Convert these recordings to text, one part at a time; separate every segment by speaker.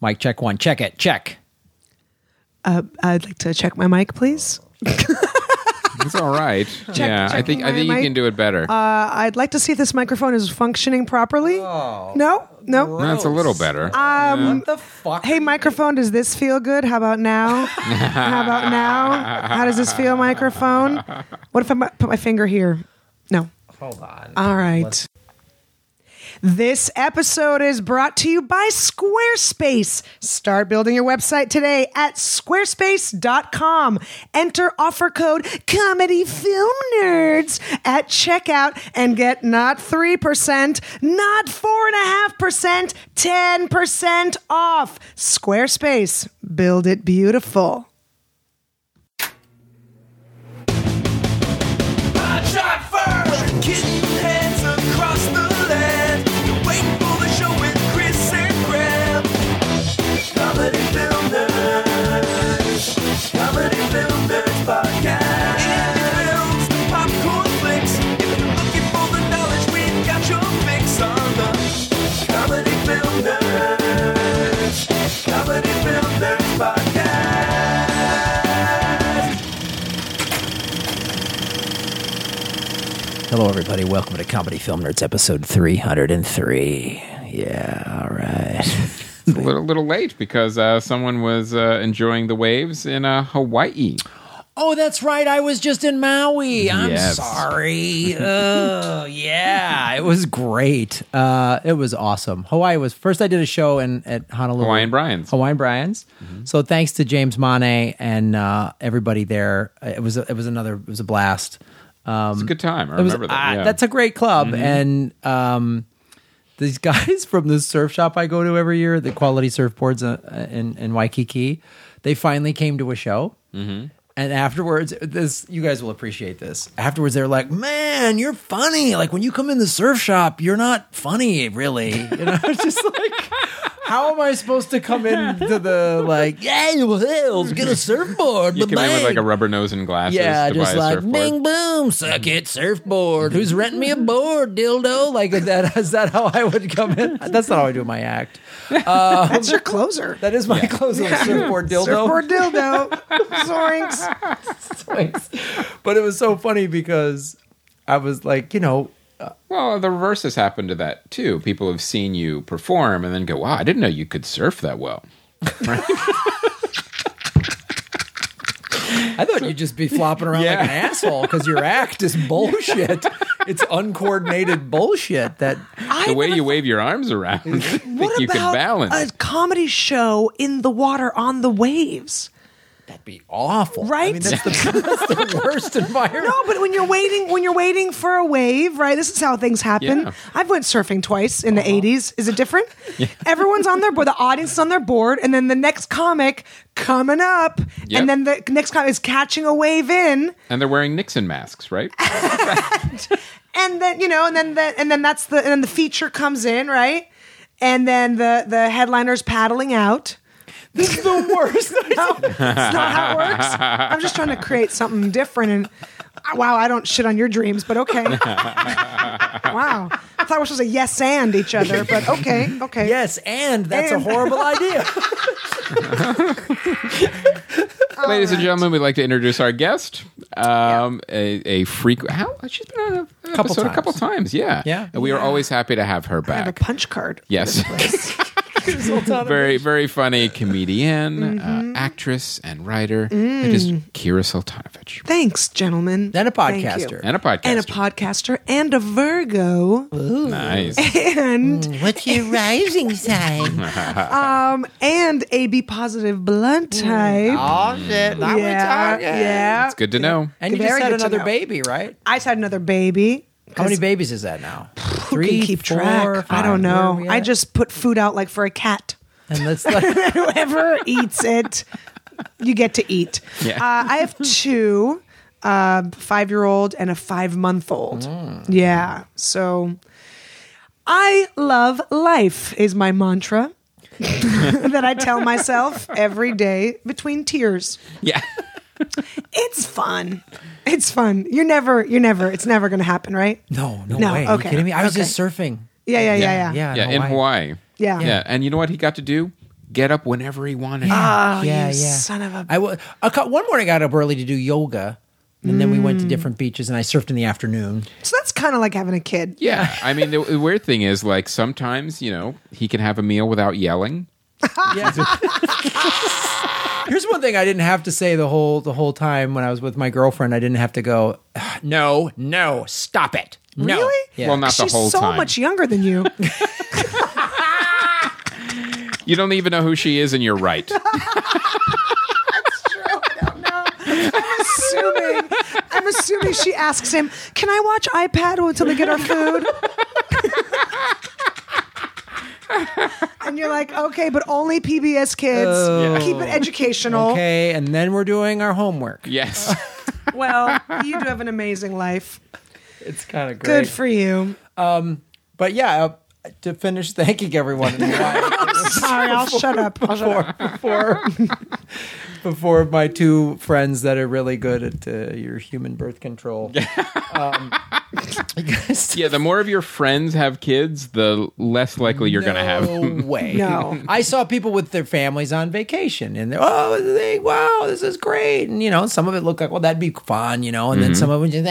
Speaker 1: Mike, check one. Check it. Check.
Speaker 2: Uh, I'd like to check my mic, please.
Speaker 3: It's all right. yeah, I think I think
Speaker 2: my
Speaker 3: you
Speaker 2: mic.
Speaker 3: can do it better.
Speaker 2: Uh, I'd like to see if this microphone is functioning properly. no, no.
Speaker 3: That's a little better.
Speaker 2: Um,
Speaker 1: Oh, The fuck?
Speaker 2: hey, microphone, does this feel good? How about now? How about now? How does this feel, microphone? What if I mu- put my finger here? No.
Speaker 1: Hold on.
Speaker 2: All right. This episode is brought to you by Squarespace. Start building your website today at squarespace.com. Enter offer code comedy film nerds at checkout and get not 3%, not 4.5%, 10% off. Squarespace, build it beautiful.
Speaker 4: Shot first! Kitten heads across the land. You're waiting for the show with Chris and Graham. Comedy Film Nerds. Comedy Film Nerds Podcast. Indie films, popcorn flicks. If you're looking for the knowledge, we've got your fix on the Comedy Film Nerds. Comedy Film Nerds Podcast.
Speaker 1: Hello, everybody. Welcome to Comedy Film Nerds, episode 303. Yeah, all right.
Speaker 3: It's a little, little late because uh, someone was uh, enjoying the waves in uh, Hawaii.
Speaker 1: Oh, that's right. I was just in Maui. I'm
Speaker 3: Yes.
Speaker 1: sorry. Oh, yeah. It was great. Uh, it was awesome. Hawaii was first. I did a show in at Honolulu.
Speaker 3: Hawaiian Brian's.
Speaker 1: Hawaiian Brian's. So thanks to James Mane and uh, everybody there. It was it was another it was a blast.
Speaker 3: It's a good time. I
Speaker 1: It was-
Speaker 3: remember that.
Speaker 1: ah,
Speaker 3: yeah. Mm-hmm.
Speaker 1: That's a great club, and um, these guys from the surf shop I go to every year, the Quality Surfboards uh, in in Waikiki, they finally came to a show. Mm-hmm. And afterwards, this you guys will appreciate this. Afterwards, they're like, "Man, you're funny! Like when you come in the surf shop, you're not funny, really." And I was just like, "How am I supposed to come into the like? Yeah, well, let's get a surfboard."
Speaker 3: you came in with like
Speaker 1: bang."
Speaker 3: a rubber nose and glasses
Speaker 1: Yeah,
Speaker 3: to
Speaker 1: just
Speaker 3: buy a
Speaker 1: like
Speaker 3: surfboard.
Speaker 1: bing boom, suck it, surfboard. Who's renting me a board, dildo? Like is that is that how I would come in? That's not how I do my act.
Speaker 2: That's your closer.
Speaker 1: That is my closing surfboard dildo.
Speaker 2: Surfboard dildo. Zorinks.
Speaker 1: Thanks. But it was so funny because I was like, you know,
Speaker 3: Well, the reverse has happened to that too. People have seen you perform and then go, "Wow, I didn't know you could surf that well."
Speaker 1: I thought you'd just be flopping around like
Speaker 3: Yeah.
Speaker 1: an asshole because your act is bullshit. It's uncoordinated bullshit that
Speaker 2: I
Speaker 3: The way
Speaker 2: never
Speaker 3: you wave your arms around, I think
Speaker 2: What
Speaker 3: you can
Speaker 2: about
Speaker 3: balance.
Speaker 2: a comedy show in the water on the waves?
Speaker 1: that'd be awful. I mean,
Speaker 2: Right?
Speaker 1: that's the, that's the worst environment.
Speaker 2: No, but when you're waiting, when you're waiting for a wave, right? This is how things happen.
Speaker 3: Yeah. Uh-huh.
Speaker 2: I've went surfing twice in the '80s. Is it different? Everyone's on their board. The audience is on their board, and then the next comic coming up,
Speaker 3: Yep.
Speaker 2: and then the next comic is catching a wave in,
Speaker 3: and they're wearing Nixon masks, right?
Speaker 2: and then you know, and then the, and then that's the and then the feature comes in, right? And then the the headliner's paddling out.
Speaker 1: This is the worst.
Speaker 2: No, it's not how it works. I'm just trying to create something different. And uh, wow, I don't shit on your dreams, but okay. wow, I thought we were supposed to yes and each other, but okay, okay.
Speaker 1: Yes, and that's a
Speaker 2: And-
Speaker 1: horrible idea.
Speaker 3: Ladies and gentlemen, we'd like to introduce our guest. Um, a, a frequent. How she's been on a- an
Speaker 1: Couple
Speaker 3: episode
Speaker 1: times.
Speaker 3: a couple times, yeah.
Speaker 1: Yeah.
Speaker 3: And we are always happy to have her
Speaker 2: I have a
Speaker 3: back.
Speaker 2: punch card.
Speaker 3: Yes.
Speaker 1: Very
Speaker 3: very, very funny comedian, uh, actress, and writer. It is Kira Soltanovich.
Speaker 2: Thanks, gentlemen.
Speaker 1: Then a
Speaker 2: Thank you.
Speaker 1: podcaster.
Speaker 3: And a podcast.
Speaker 2: And a podcaster and a Virgo.
Speaker 3: nice.
Speaker 1: Mm.
Speaker 2: And
Speaker 5: What's your rising sign?
Speaker 2: um and a B positive blunt
Speaker 1: Mm.
Speaker 2: type.
Speaker 5: oh shit! Now
Speaker 2: yeah. Yeah.
Speaker 3: It's good to know.
Speaker 1: And you just
Speaker 2: Very
Speaker 1: had
Speaker 2: good to
Speaker 1: another
Speaker 2: know.
Speaker 1: baby, right?
Speaker 2: I just had another baby.
Speaker 1: How many babies is that now?
Speaker 2: Who
Speaker 1: Three,
Speaker 2: can keep
Speaker 1: four,
Speaker 2: track? I
Speaker 1: five,
Speaker 2: don't
Speaker 1: where are
Speaker 2: know.
Speaker 1: we
Speaker 2: I
Speaker 1: at?
Speaker 2: just put food out like for a cat.
Speaker 1: and let's let,
Speaker 2: whoever eats it, you get to eat.
Speaker 3: Yeah.
Speaker 2: Uh, I have two, uh, five year old and a five month old.
Speaker 1: Mm.
Speaker 2: Yeah. So I love life is my mantra that I tell myself every day between tears.
Speaker 3: Yeah.
Speaker 2: It's fun. It's fun. You're never, you're never, it's never going to happen, right?
Speaker 1: no, no,
Speaker 2: No,
Speaker 1: way. Are
Speaker 2: okay,
Speaker 1: you kidding me? I was
Speaker 2: okay.
Speaker 1: just surfing.
Speaker 2: Yeah, yeah, yeah, yeah.
Speaker 3: Yeah,
Speaker 1: Yeah,
Speaker 3: yeah, in Hawaii.
Speaker 2: Yeah.
Speaker 3: Yeah. And you know what he got to do? get up whenever he wanted.
Speaker 1: yeah,
Speaker 2: Oh, you
Speaker 1: yeah.
Speaker 2: son of a.
Speaker 1: I wa- a cou- one morning I got up early to do yoga, and then we went to different beaches, and I surfed in the afternoon.
Speaker 2: so that's kind of like having a kid.
Speaker 3: Yeah, I mean the, the weird thing is like sometimes you know he can have a meal without yelling.
Speaker 1: Here's one thing I didn't have to say the whole the whole time when I was with my girlfriend. I didn't have to go, "Ah, no, no, stop it, no.
Speaker 2: Really?
Speaker 1: Yeah.
Speaker 3: Well, not the
Speaker 2: She's
Speaker 3: whole
Speaker 2: so
Speaker 3: time.
Speaker 2: much younger than you.
Speaker 3: You don't even know who she is, and you're right.
Speaker 2: assuming, I'm assuming she asks him, "Can I watch iPad until we get our food?" and you're like, "Okay, but only PBS kids.
Speaker 1: Oh.
Speaker 2: Keep it educational."
Speaker 1: Okay, and then we're doing our homework.
Speaker 3: yes.
Speaker 2: Well, you do have an amazing life.
Speaker 1: It's kind of
Speaker 2: Good for you.
Speaker 1: but yeah, uh, to finish thanking everyone in the line
Speaker 2: Sorry, I'll shut up. I'll shut up.
Speaker 1: before before my two friends that are really good at uh, your human birth control. Um,
Speaker 3: Yeah. The more of your friends have kids, the less likely you're going to have.
Speaker 1: No way.
Speaker 2: No.
Speaker 1: I saw people with their families on vacation and they're, oh, they, wow, this is great. And, you know, some of it looked like, well, that'd be fun, you know. And
Speaker 3: Mm-hmm.
Speaker 1: then some of it just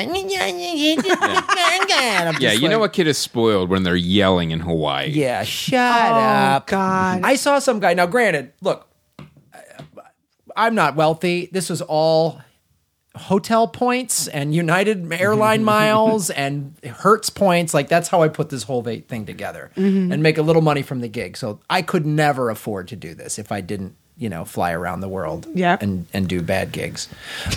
Speaker 1: like,
Speaker 3: Yeah, you know a kid is spoiled when they're yelling in Hawaii.
Speaker 1: Yeah, shut
Speaker 2: Oh
Speaker 1: up.
Speaker 2: God.
Speaker 1: I saw some guy. Now, granted, look, I'm not wealthy. This was all hotel points and United Airline miles and Hertz points. Like that's how I put this whole va- thing together and make a little money from the gig. So I could never afford to do this if I didn't, you know, fly around the world
Speaker 2: Yeah.
Speaker 1: and and do bad gigs.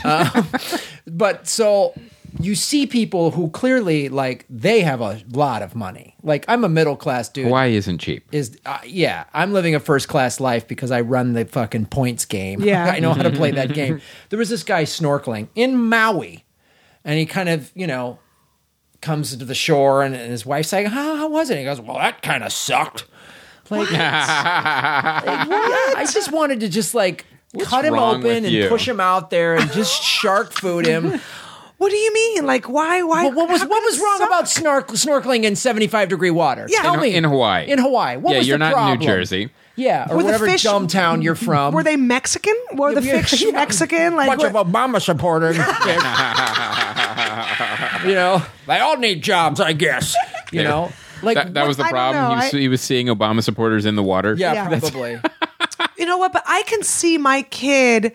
Speaker 1: Uh, but so you see people who clearly like they have a lot of money. Like I'm a middle class dude
Speaker 3: Hawaii isn't cheap.
Speaker 1: is uh, yeah i'm living a first class life because i run the fucking points game
Speaker 2: Yeah.
Speaker 1: i know how to play
Speaker 3: Mm-hmm.
Speaker 1: that game there was this guy snorkeling in maui and he kind of you know comes to the shore and, and his wife's like how, how was it he goes well that kind of sucked like, like, yeah, i just wanted to just like cut him
Speaker 3: wrong
Speaker 1: open
Speaker 3: with
Speaker 1: and
Speaker 3: you?
Speaker 1: push him out there and just shark food him
Speaker 2: what do you mean? Like, why? Why?
Speaker 1: well, what was
Speaker 2: how
Speaker 1: what
Speaker 2: could
Speaker 1: was
Speaker 2: it
Speaker 1: wrong
Speaker 2: suck?
Speaker 1: about snark, snorkeling in 75 degree water?
Speaker 2: Yeah.
Speaker 1: Tell
Speaker 2: In-
Speaker 1: me.
Speaker 3: in Hawaii.
Speaker 1: In Hawaii. What
Speaker 3: yeah,
Speaker 1: was
Speaker 3: you're
Speaker 1: the
Speaker 3: not in New
Speaker 1: problem?
Speaker 3: Jersey.
Speaker 1: Yeah, or
Speaker 2: Were the
Speaker 1: whatever
Speaker 2: fish-
Speaker 1: dumb town you're from.
Speaker 2: Were they Mexican? Were the
Speaker 1: Yeah,
Speaker 2: fish
Speaker 1: yeah.
Speaker 2: Mexican? Like,
Speaker 1: bunch
Speaker 2: what-
Speaker 1: of Obama supporters? you know, they all need jobs, I guess. You
Speaker 3: There.
Speaker 1: know, like
Speaker 3: That, that was the
Speaker 2: I don't
Speaker 3: problem.
Speaker 2: know.
Speaker 3: He was,
Speaker 2: I-
Speaker 3: he was seeing Obama supporters in the water.
Speaker 1: yeah,
Speaker 2: Yeah.
Speaker 1: probably.
Speaker 2: you know what? But I can see my kid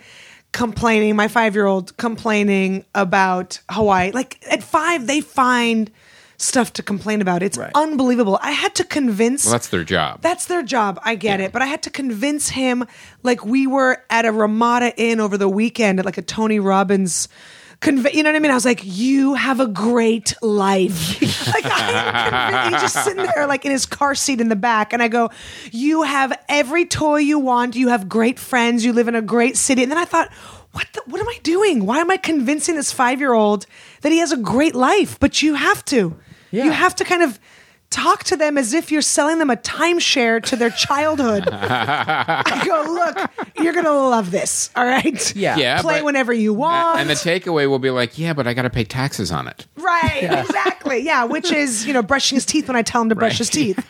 Speaker 2: complaining, my five year old complaining about Hawaii. Like at five, they find stuff to complain about. It's
Speaker 1: Right.
Speaker 2: unbelievable. I had to convince.
Speaker 3: Well, that's their job.
Speaker 2: That's their job. I get it. But I had to convince him, like, we were at a Ramada Inn over the weekend at like a Tony Robbins. Conve- you know what I mean? I was like, "You have a great life." like I'm convinced. he's just sitting there, like in his car seat in the back, and I go, "You have every toy you want. You have great friends. You live in a great city." And then I thought, "What? The, what am I doing? Why am I convincing this five year old that he has a great life?" But you have to.
Speaker 1: Yeah.
Speaker 2: You have to kind of talk to them as if you're selling them a timeshare to their childhood. I go, look, you're gonna love this. All right.
Speaker 1: Yeah.
Speaker 3: Yeah,
Speaker 2: Play
Speaker 3: but-
Speaker 2: whenever you want.
Speaker 3: And the takeaway will be like, yeah, but I got to pay taxes on it.
Speaker 2: right. Exactly. Yeah. Which is, you know, brushing his teeth when I tell him to brush
Speaker 3: Right.
Speaker 2: his teeth.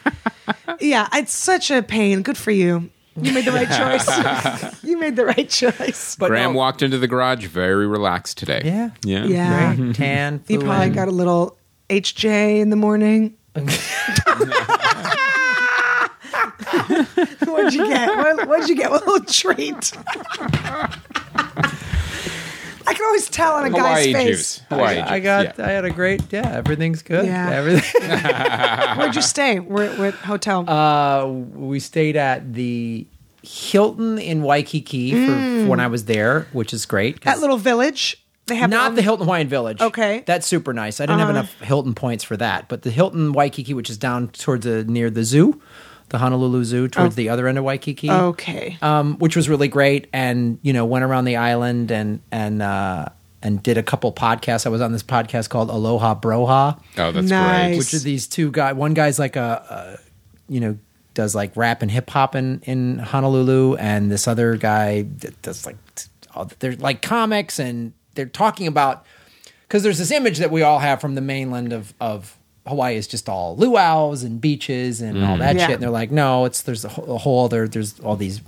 Speaker 2: yeah. It's such a pain. Good for you. You made the right choice. you made the right choice.
Speaker 1: But
Speaker 3: Graham
Speaker 1: no.
Speaker 3: walked into the garage very relaxed today.
Speaker 1: Yeah.
Speaker 3: Yeah.
Speaker 2: yeah.
Speaker 1: Right? Tan.
Speaker 2: You
Speaker 1: flew
Speaker 2: probably
Speaker 1: in.
Speaker 2: got a little HJ in the morning. What'd you get? What, what'd you get? What little treat? I can always tell on a guy's
Speaker 3: Hawaii
Speaker 2: face.
Speaker 3: juice. Hawaii juice.
Speaker 1: I got.
Speaker 3: yeah.
Speaker 1: I had a great. Yeah, everything's good.
Speaker 2: Yeah.
Speaker 1: Everything.
Speaker 2: Where'd you stay? Where, what hotel?
Speaker 1: Uh, we stayed at the Hilton in Waikiki
Speaker 2: Mm.
Speaker 1: for, for when I was there, which is great. 'cause-
Speaker 2: that little village. They have
Speaker 1: not
Speaker 2: their
Speaker 1: the
Speaker 2: own-
Speaker 1: Hilton Hawaiian Village.
Speaker 2: Um, Okay. Uh-huh.
Speaker 1: that's super nice. I didn't have enough Hilton points for that, but the Hilton Waikiki, which is down towards the near the zoo, the Honolulu Zoo, towards the other end of Waikiki.
Speaker 2: Oh. Okay.
Speaker 1: um, which was really great, and you know went around the island and and uh, and did a couple podcasts. I was on this podcast called Aloha Broha,
Speaker 3: Oh, that's
Speaker 2: Nice.
Speaker 3: great.
Speaker 1: which are these two guys. One guy's like a, a you know does like rap and hip hop in in Honolulu, and this other guy that does like t- all they're like comics, and they're talking about because there's this image that we all have from the mainland of of Hawaii is just all luau's and beaches and all that
Speaker 2: Yeah.
Speaker 1: shit. And they're like, no, it's there's a whole, a whole other there's all these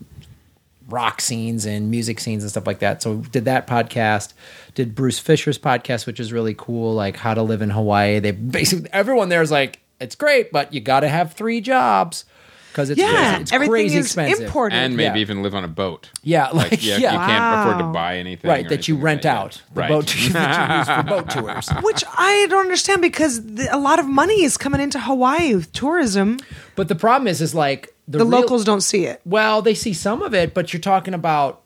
Speaker 1: rock scenes and music scenes and stuff like that. So did that podcast, did Bruce Fisher's podcast, which is really cool, like how to live in Hawaii. They basically everyone there is like, it's great, but you got to have three jobs because it's
Speaker 2: Yeah,
Speaker 1: crazy, it's
Speaker 2: everything
Speaker 1: crazy
Speaker 2: is
Speaker 1: expensive.
Speaker 2: imported.
Speaker 3: and maybe
Speaker 1: Yeah.
Speaker 3: even live on a boat.
Speaker 1: Yeah, like,
Speaker 3: yeah,
Speaker 1: yeah,
Speaker 3: you can't afford to
Speaker 2: Wow.
Speaker 3: buy anything,
Speaker 1: right
Speaker 3: or
Speaker 1: that you
Speaker 3: anything
Speaker 1: rent
Speaker 3: like that.
Speaker 1: out the
Speaker 3: right.
Speaker 1: boat that you use for boat tours.
Speaker 2: Which I don't understand because the, a lot of money is coming into Hawaii with tourism.
Speaker 1: But the problem is, is like
Speaker 2: The,
Speaker 1: real-
Speaker 2: locals don't see it.
Speaker 1: Well, they see some of it, but you're talking about.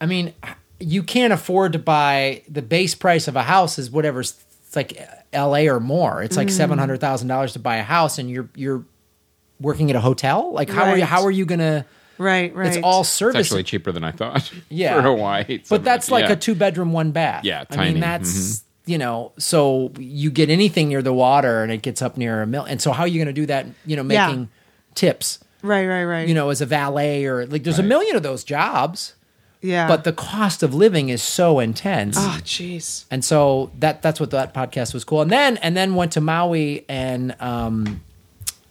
Speaker 1: I mean, you can't afford to buy the base price of a house is whatever's it's like L.A. or more. It's like
Speaker 2: Mm-hmm.
Speaker 1: seven hundred thousand dollars to buy a house, and you're you're working at a hotel. Like how are you?
Speaker 2: Right.
Speaker 1: How are you gonna?
Speaker 2: Right, right.
Speaker 1: It's all
Speaker 3: It's
Speaker 1: service.
Speaker 3: actually cheaper than I thought.
Speaker 1: Yeah.
Speaker 3: for Hawaii, It's
Speaker 1: but that's like
Speaker 3: yeah.
Speaker 1: a two bedroom, one bath.
Speaker 3: Yeah,
Speaker 1: I
Speaker 3: tiny. Mm-hmm.
Speaker 1: mean that's you know, so you get anything near the water and it gets up near a mill. And so how are you going to do that? You know,
Speaker 2: Yeah.
Speaker 1: making tips.
Speaker 2: right, right, right.
Speaker 1: You know, as a valet or like there's a million of those jobs,
Speaker 2: yeah.
Speaker 1: but the cost of living is so intense.
Speaker 2: oh, jeez.
Speaker 1: And so that that's what that podcast was cool. And then and then went to Maui and um,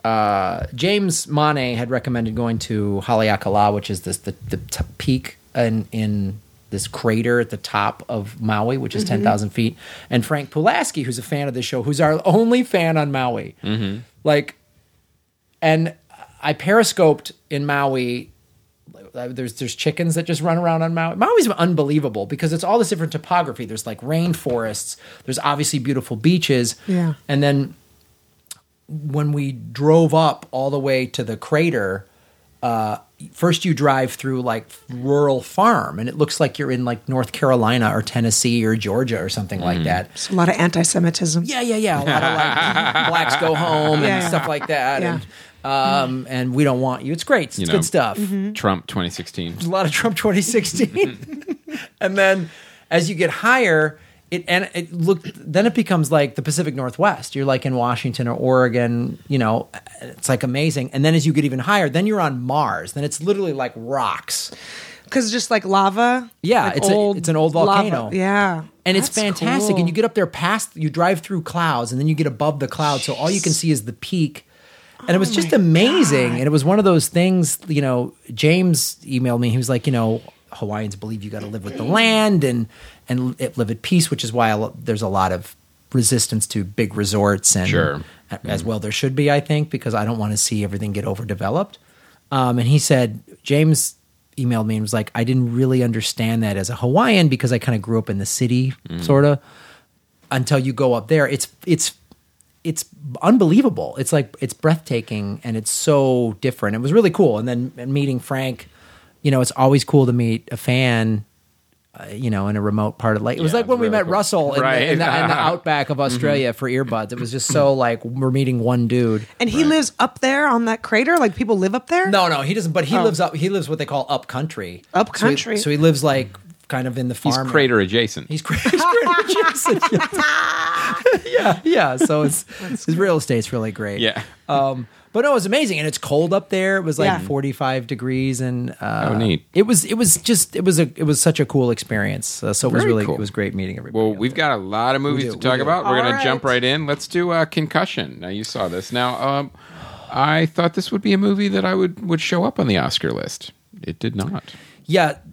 Speaker 1: uh, James Mane had recommended going to Haleakala, which is this the, the t- peak in in this crater at the top of Maui, which is thousand feet. And Frank Pulaski, who's a fan of this show, who's our only fan on Maui, like, and I periscoped in Maui uh, there's there's chickens that just run around on Maui. Maui's unbelievable because it's all this different topography. There's like rainforests. There's obviously beautiful beaches.
Speaker 2: Yeah.
Speaker 1: And then when we drove up all the way to the crater, uh, first you drive through like rural farm, and it looks like you're in like North Carolina or Tennessee or Georgia or something like that.
Speaker 2: It's a lot of anti Semitism.
Speaker 1: Yeah, yeah, yeah. A lot of like blacks go home
Speaker 2: Yeah,
Speaker 1: and
Speaker 2: yeah.
Speaker 1: stuff like that.
Speaker 2: Yeah.
Speaker 1: And, um, and we don't want you. It's great. It's
Speaker 3: You
Speaker 1: good
Speaker 3: know.
Speaker 1: stuff
Speaker 2: Mm-hmm.
Speaker 3: Trump 2016.
Speaker 1: a lot of Trump 2016. and then as you get higher, it and it look then it becomes like the Pacific Northwest. You're like in Washington or Oregon, you know, it's like amazing. And then as you get even higher, then you're on Mars. Then it's literally like rocks.
Speaker 2: Because just like lava.
Speaker 1: Yeah,
Speaker 2: like
Speaker 1: it's a- it's an old
Speaker 2: lava.
Speaker 1: volcano.
Speaker 2: Yeah.
Speaker 1: And it's
Speaker 2: That's
Speaker 1: fantastic.
Speaker 2: cool.
Speaker 1: And you get up there past you drive through clouds and then you get above the clouds. So all you can see is the peak. And it
Speaker 2: Oh
Speaker 1: was just amazing. And it was one of those things, you know, James emailed me. He was like, you know, Hawaiians believe you got to live with the land and and it- live at peace, which is why I lo- there's a lot of resistance to big resorts and
Speaker 3: Sure.
Speaker 1: a- as well there should be, I think, because I don't want to see everything get overdeveloped. Um, and he said, James emailed me and was like, I didn't really understand that as a Hawaiian because I kind of grew up in the city, sort of until you go up there it's it's it's unbelievable it's like it's breathtaking and it's so different it was really cool and then meeting frank you know it's always cool to meet a fan uh, you know in a remote part of like it was
Speaker 3: Yeah,
Speaker 1: like when we
Speaker 3: really
Speaker 1: met
Speaker 3: cool.
Speaker 1: russell in,
Speaker 3: Right. Mm-hmm.
Speaker 1: the, in, the, in the outback of australia for earbuds it was just so like we're meeting one dude
Speaker 2: And he lives up there on that crater? Like people live up there?
Speaker 1: no no he doesn't but he
Speaker 3: Oh.
Speaker 1: lives up he lives what they call up country
Speaker 2: Up
Speaker 1: So he-
Speaker 2: country.
Speaker 1: so he, lives like kind of in the
Speaker 3: He's
Speaker 1: farm
Speaker 3: crater adjacent.
Speaker 1: He's great. He's great Jason. yeah, yeah. So it's his real estate's really great.
Speaker 3: yeah.
Speaker 1: Um, but no, it was amazing, and it's cold up there. It was like
Speaker 2: Yeah.
Speaker 1: 45 degrees, and uh,
Speaker 3: Oh, neat.
Speaker 1: It was. It was just. It was a. It was such a cool experience. Uh, so it was
Speaker 3: Very
Speaker 1: really.
Speaker 3: cool.
Speaker 1: It was great meeting everybody.
Speaker 3: Well,
Speaker 1: up
Speaker 3: we've
Speaker 1: there.
Speaker 3: got a lot of movies
Speaker 1: do,
Speaker 3: to
Speaker 1: we
Speaker 3: talk
Speaker 1: do.
Speaker 3: about. We're
Speaker 2: All
Speaker 3: going to
Speaker 2: right.
Speaker 3: jump right in. Let's do uh, Concussion. Now, you saw this. Now, um, I thought this would be a movie that I would, would show up on the Oscar list. It did not.
Speaker 1: Yeah,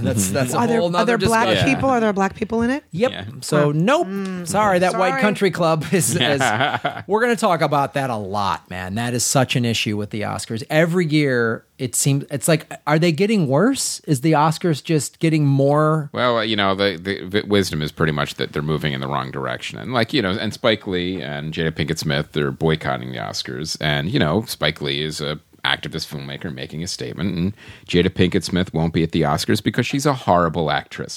Speaker 1: that's that's a
Speaker 2: Are there,
Speaker 1: whole
Speaker 2: are
Speaker 1: nother
Speaker 2: there black
Speaker 1: discussion.
Speaker 2: people? Are there black people in it?
Speaker 1: Yep.
Speaker 3: Yeah.
Speaker 1: So nope. Mm. Sorry, that white
Speaker 2: Sorry.
Speaker 1: country club is. is we're going to talk about that a lot, man. That is such an issue with the Oscars. Every year, it seems it's like, are they getting worse? Is the Oscars just getting more?
Speaker 3: Well, uh, you know, the, the, the wisdom is pretty much that they're moving in the wrong direction. And, like, you know, and Spike Lee and Jada Pinkett Smith, they're boycotting the Oscars. And, you know, Spike Lee is a activist filmmaker making a statement and Jada Pinkett Smith won't be at the Oscars because she's a horrible actress.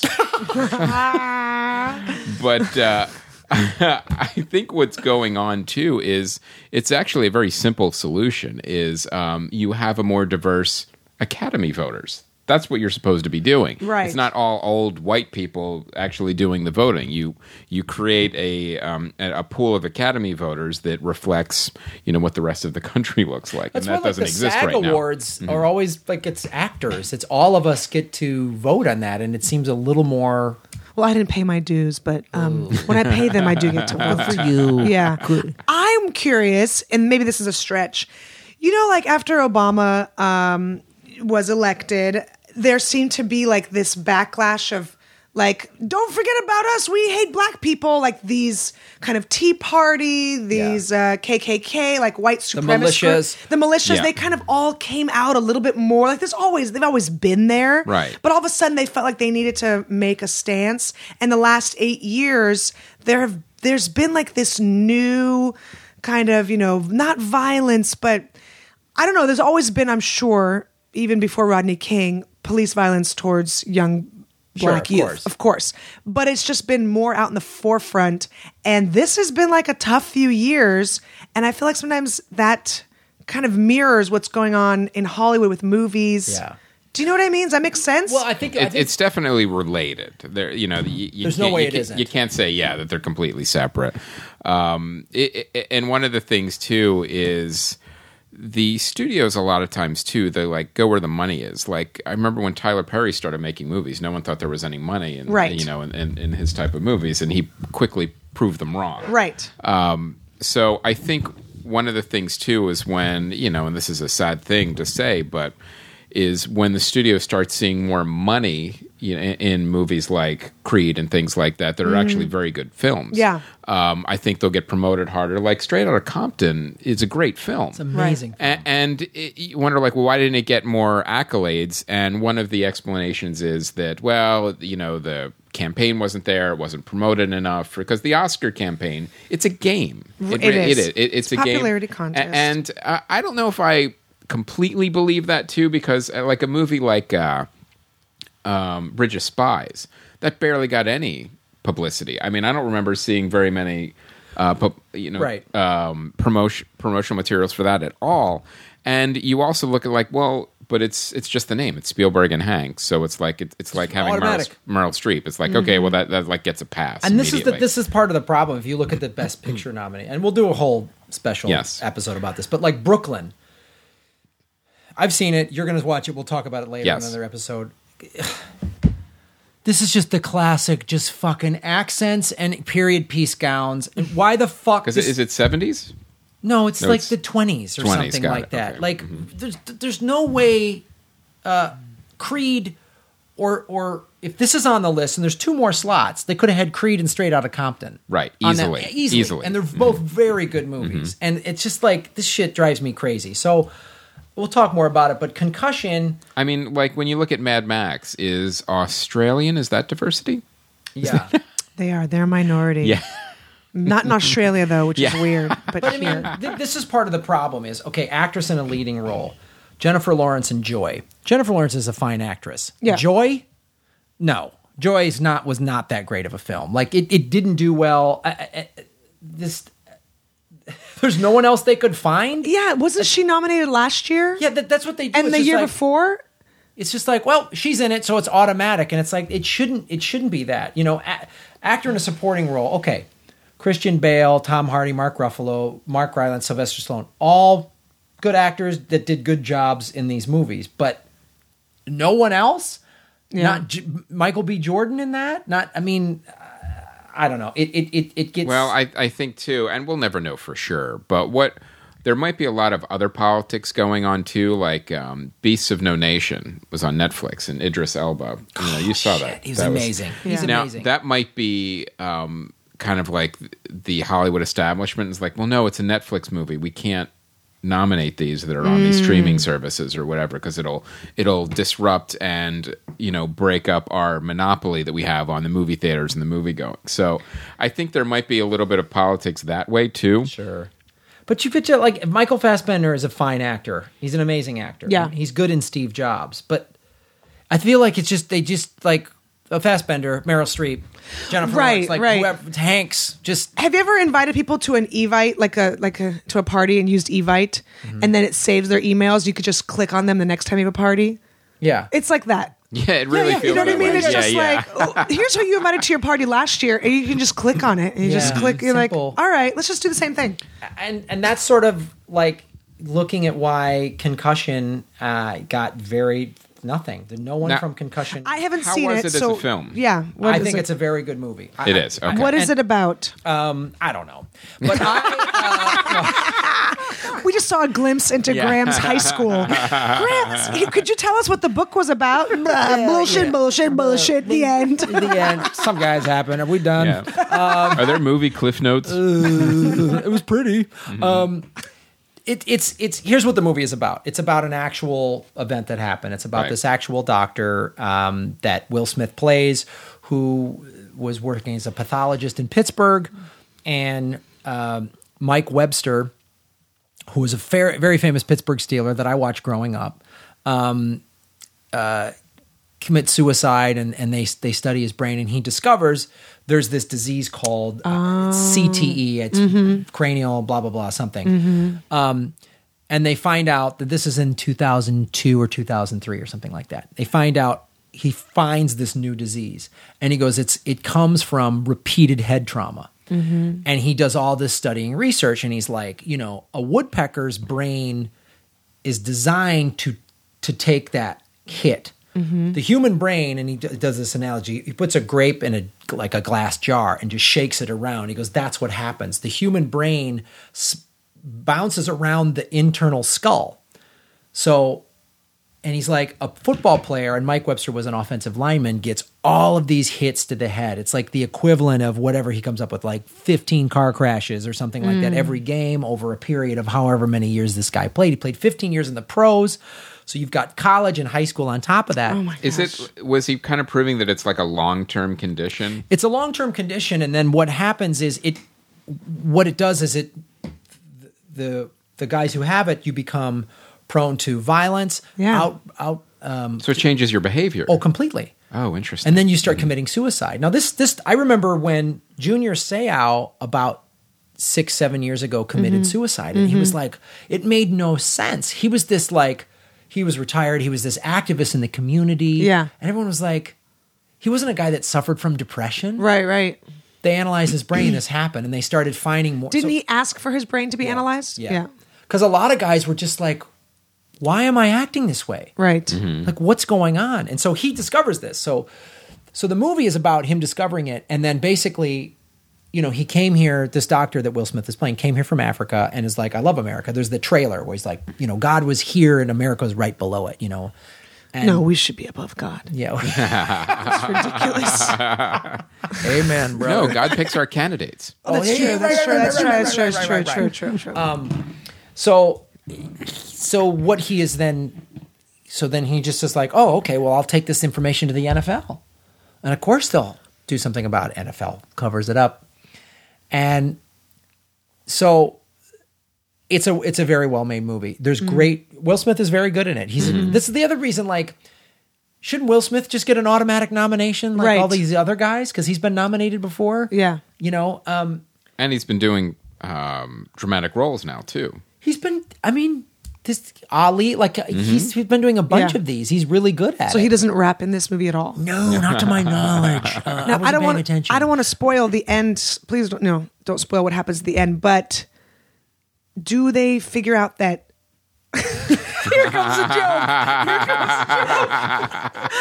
Speaker 3: but uh, I think what's going on too is it's actually a very simple solution: is um, you have a more diverse Academy voters. That's what you're supposed to be doing.
Speaker 2: Right.
Speaker 3: It's not all old white people actually doing the voting. You you create a um, a a pool of Academy voters that reflects you know what the rest of the country looks like,
Speaker 1: That's
Speaker 3: and
Speaker 1: why
Speaker 3: that
Speaker 1: like
Speaker 3: doesn't
Speaker 1: the
Speaker 3: exist
Speaker 1: SAG
Speaker 3: right Mm-hmm.
Speaker 1: awards are always like it's actors. It's all of us get to vote on that, and it seems a little more.
Speaker 2: Well, I didn't pay my dues, but um, when I pay them, I do get to vote.
Speaker 1: for you.
Speaker 2: Yeah. I I'm curious, and maybe this is a stretch. You know, like after Obama um, was elected, there seemed to be like this backlash of like, don't forget about us. We hate black people. Like these kind of Tea Party, these uh, KKK, like white supremacist, group-
Speaker 1: militias.
Speaker 2: the militias.
Speaker 3: Yeah.
Speaker 2: They kind of all came out a little bit more. Like there's always they've always been there,
Speaker 3: Right.
Speaker 2: But all of a sudden they felt like they needed to make a stance. And the last eight years, there have there's been like this new kind of you know not violence, but I don't know. There's always been, I'm sure, even before Rodney King, police violence towards young
Speaker 1: Sure,
Speaker 2: black
Speaker 1: of
Speaker 2: youth,
Speaker 1: course.
Speaker 2: of course. But it's just been more out in the forefront. And this has been like a tough few years. And I feel like sometimes that kind of mirrors what's going on in Hollywood with movies.
Speaker 1: Yeah.
Speaker 2: Do you know what I mean? Does that make sense?
Speaker 1: Well, I think, I
Speaker 3: It,
Speaker 1: think
Speaker 3: it's definitely related. There, you know, you, you
Speaker 1: There's no
Speaker 3: can't-
Speaker 1: way
Speaker 3: you
Speaker 1: it
Speaker 3: can't-
Speaker 1: isn't.
Speaker 3: You can't say yeah that they're completely separate. Um, it, it- and one of the things too is the studios a lot of times too they like go where the money is. Like I remember when Tyler Perry started making movies, no one thought there was any money in
Speaker 2: Right.
Speaker 3: you know in, in, in his type of movies, and he quickly proved them wrong.
Speaker 2: right.
Speaker 3: Uh, So I think one of the things too is when you know, and this is a sad thing to say, but is when the studio starts seeing more money you know, in, in movies like Creed and things like that that are actually very good films.
Speaker 2: Yeah.
Speaker 3: um, I think they'll get promoted harder. Like Straight Outta Compton is a great film.
Speaker 1: it's amazing.
Speaker 3: A- and it, you wonder like well why didn't it get more accolades and one of the explanations is that well you know the campaign wasn't there it wasn't promoted enough because the oscar campaign it's a game
Speaker 2: It
Speaker 3: re-
Speaker 2: is.
Speaker 3: it, it-
Speaker 2: It's
Speaker 3: it's, a
Speaker 2: popularity
Speaker 3: game. A-
Speaker 2: contest.
Speaker 3: and uh, i don't know if i completely believe that too because uh, like a movie like uh um, Bridge of Spies. That barely got any publicity. I mean, I don't remember seeing very many, uh, pu- you know,
Speaker 1: Right.
Speaker 3: um, promotion promotional materials for that at all. And you also look at like, well, but it's it's just the name. It's Spielberg and Hanks, so it's like it, it's like having Meryl,
Speaker 1: automatic.
Speaker 3: Meryl Streep. It's like okay, well that that like gets a pass.
Speaker 1: and this is the,
Speaker 3: immediately.
Speaker 1: this is part of the problem. If you look at the best picture nominee, and we'll do a whole special
Speaker 3: Yes.
Speaker 1: episode about this, but like Brooklyn, I've seen it. You're going to watch it. We'll talk about it later
Speaker 3: Yes.
Speaker 1: in another episode. This is just the classic, just fucking accents and period piece gowns. And why the fuck?
Speaker 3: because
Speaker 1: this-
Speaker 3: is it seventies?
Speaker 1: No, it's
Speaker 3: No,
Speaker 1: like
Speaker 3: it's
Speaker 1: the twenties or
Speaker 3: 20s,
Speaker 1: something
Speaker 3: got
Speaker 1: like
Speaker 3: it,
Speaker 1: that.
Speaker 3: okay.
Speaker 1: Like
Speaker 3: Mm-hmm.
Speaker 1: there's there's no way uh, Creed or or if this is on the list and there's two more slots, they could have had Creed and Straight Outta Compton.
Speaker 3: Right,
Speaker 1: on that- e,
Speaker 3: easily,
Speaker 1: easily.
Speaker 3: easily. Mm-hmm.
Speaker 1: And they're both very good movies. And it's just like this shit drives me crazy. So we'll talk more about it, but concussion
Speaker 3: I mean, like when you look at Mad Max, is Australian? Is that diversity?
Speaker 1: yeah.
Speaker 2: they are. They're a minority.
Speaker 3: Yeah.
Speaker 2: Not in Australia, though, which is weird. But,
Speaker 1: But I
Speaker 2: here.
Speaker 1: mean, th- this is part of the problem is okay, actress in a leading role. Jennifer Lawrence and Joy. Jennifer Lawrence is a fine actress.
Speaker 2: Yeah.
Speaker 1: Joy? No. Joy's not was not that great of a film. Like it, it didn't do well. I, I, I- this there's no one else they could find.
Speaker 2: yeah, wasn't she nominated last year?
Speaker 1: Yeah, that, that's what they do.
Speaker 2: And
Speaker 1: It's
Speaker 2: the
Speaker 1: just
Speaker 2: year
Speaker 1: like-
Speaker 2: before?
Speaker 1: it's just like well she's in it so it's automatic and it's like it shouldn't it shouldn't be that you know a- actor in a supporting role okay christian bale tom hardy mark ruffalo mark rylance sylvester stallone all good actors that did good jobs in these movies but no one else not J- michael b jordan in that not i mean uh, i don't know it it it, it gets
Speaker 3: Well, I, I think too, and we'll never know for sure. But what there might be a lot of other politics going on too, like um, Beasts of No Nation was on Netflix, and Idris Elba. You know, you saw that.
Speaker 1: he's
Speaker 3: That was-
Speaker 1: amazing he's
Speaker 2: Yeah.
Speaker 3: now
Speaker 1: amazing
Speaker 3: that might be um, kind of like the Hollywood establishment is like, well, no, it's a Netflix movie. We can't nominate these that are on
Speaker 2: Mm.
Speaker 3: these streaming services or whatever because it'll it'll disrupt and you know break up our monopoly that we have on the movie theaters and the movie going. So I think there might be a little bit of politics that way too.
Speaker 1: Sure. But you picture like Michael Fassbender is a fine actor. He's an amazing actor.
Speaker 2: Yeah.
Speaker 1: He's good in Steve Jobs. But I feel like it's just they just like a Fassbender, Meryl Streep, Jennifer
Speaker 2: Right,
Speaker 1: Lawrence, like
Speaker 2: right.
Speaker 1: whoever Hanks, just
Speaker 2: Have you ever invited people to an Evite, like a like a to a party, and used Evite,
Speaker 3: Mm-hmm.
Speaker 2: and then it saves their emails? You could just click on them the next time you have a party.
Speaker 1: yeah.
Speaker 2: It's like that.
Speaker 3: Yeah, it really feels
Speaker 2: you know what I
Speaker 3: that
Speaker 2: mean?
Speaker 3: way.
Speaker 2: It's
Speaker 3: yeah,
Speaker 2: just
Speaker 3: yeah.
Speaker 2: like, oh, here's who you invited to your party last year, and you can just click on it, and you just
Speaker 1: Yeah.
Speaker 2: click. You're
Speaker 1: Simple.
Speaker 2: like, all right, let's just do the same thing.
Speaker 1: and and that's sort of like looking at why concussion uh, got very nothing. The- No one
Speaker 3: Now-
Speaker 1: from Concussion.
Speaker 2: I haven't
Speaker 3: How
Speaker 2: seen
Speaker 3: was
Speaker 2: it.
Speaker 3: it as
Speaker 2: so
Speaker 3: a film?
Speaker 2: yeah, What
Speaker 1: I
Speaker 2: is
Speaker 1: think
Speaker 2: it?
Speaker 1: it's a very good movie. I-
Speaker 3: It
Speaker 1: I-
Speaker 3: is. Okay.
Speaker 2: What is it about?
Speaker 1: Um, I don't know, but I. Uh,
Speaker 2: we just saw a glimpse into Graham's high school. Graham, could you tell us what the book was about? Blah, bullshit, bullshit, bullshit. The end.
Speaker 1: in uh, the end, some guys happen. Are we done?
Speaker 3: Yeah.
Speaker 2: um,
Speaker 3: Are there movie cliff notes?
Speaker 1: it was pretty. Um, it, it's it's here's what the movie is about. It's about an actual event that happened. It's about
Speaker 3: Right.
Speaker 1: this actual doctor um, that Will Smith plays, who was working as a pathologist in Pittsburgh, and um, Mike Webster, who was a fair, very famous Pittsburgh Steeler that I watched growing up. Um, commits suicide and, and they they study his brain and he discovers there's this disease called uh, CTE it's cranial blah blah blah something um, and they find out that this is in 2002 or 2003 or something like that they find out he finds this new disease and he goes it's it comes from repeated head trauma and he does all this studying research and he's like you know a woodpecker's brain is designed to to take that hit. The human brain, and he d- does this analogy. He puts a grape in a like a glass jar and just shakes it around. He goes, "That's what happens." The human brain s- bounces around the internal skull. So, and he's like a football player, and Mike Webster was an offensive lineman. Gets all of these hits to the head. It's like the equivalent of whatever he comes up with, like 15 car crashes or something like that every game over a period of however many years this guy played. He played 15 years in the pros, so you've got college and high school on top of that.
Speaker 3: Is it was he kind of proving that it's like a long term condition?
Speaker 1: it's a long term condition, and then what happens is it. What it does is it the the guys who have it, you become prone to violence,
Speaker 2: Yeah.
Speaker 1: out out
Speaker 3: So it changes your behavior.
Speaker 1: Oh, completely.
Speaker 3: Oh, interesting.
Speaker 1: And then you start committing suicide. Now, this this I remember when Junior Seau about six seven years ago committed
Speaker 2: Mm-hmm.
Speaker 1: suicide, and he was like, it made no sense. He was this like, he was retired. He was this activist in the community.
Speaker 2: Yeah.
Speaker 1: and everyone was like, he wasn't a guy that suffered from depression.
Speaker 2: Right, right.
Speaker 1: They analyzed his brain. this happened, and they started finding more.
Speaker 2: Didn't
Speaker 1: so-
Speaker 2: he ask for his brain to be analyzed?
Speaker 1: Yeah, because a lot of guys were just like, why am I acting this way?
Speaker 2: Right.
Speaker 1: like what's going on and so he discovers this so so the movie is about him discovering it and then basically you know he came here this doctor that will smith is playing came here from africa and is like i love america there's the trailer where he's like you know god was here and america's right below it you know and
Speaker 2: No, we should be above God.
Speaker 1: yeah
Speaker 2: It's ridiculous.
Speaker 1: amen bro
Speaker 3: no, God picks our candidates.
Speaker 1: Oh, yeah, Uh, yeah, right, right, right, right, right, right, right, right, right.
Speaker 2: true, true.
Speaker 1: so so what he is then so then he just is like oh okay well i'll take this information to the nfl and of course they'll do something about it nfl covers it up and so it's a it's a very well made movie there's
Speaker 2: Mm-hmm.
Speaker 1: great will smith is very good in it he's this is the other reason like shouldn't will smith just get an automatic nomination like
Speaker 2: Right.
Speaker 1: all these other guys because he's been nominated before
Speaker 2: Yeah.
Speaker 1: you know um
Speaker 3: And he's been doing um, dramatic roles now too.
Speaker 1: He's been, I mean, this Ali, like uh,
Speaker 3: Mm-hmm.
Speaker 1: he's, he's been doing a bunch
Speaker 2: Yeah.
Speaker 1: of these. He's really good at
Speaker 2: so
Speaker 1: it.
Speaker 2: he doesn't rap in this movie at all.
Speaker 1: No, not to my knowledge. Uh, I,
Speaker 2: Now,
Speaker 1: wasn't
Speaker 2: I, don't
Speaker 1: paying
Speaker 2: want.
Speaker 1: attention.
Speaker 2: I don't want to spoil the end. Please don't. No, don't spoil what happens at the end. But do they figure out that? Here comes a joke. Here comes a joke.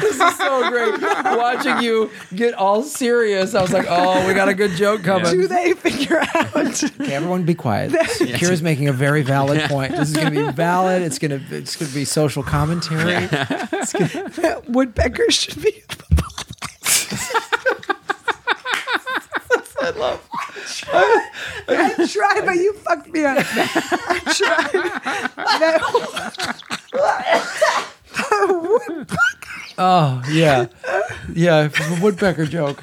Speaker 1: This is so great. Watching you get all serious, I was like, oh, we got a good joke coming.
Speaker 2: Do they figure out?
Speaker 1: Okay, everyone, be quiet. Kira's making a very valid point. This is going to be valid. It's going to it's going to be social commentary.
Speaker 2: that woodpeckers should be. I love. I tried, but you fucked me up. I tried.
Speaker 1: Oh yeah, yeah. f- Woodpecker joke.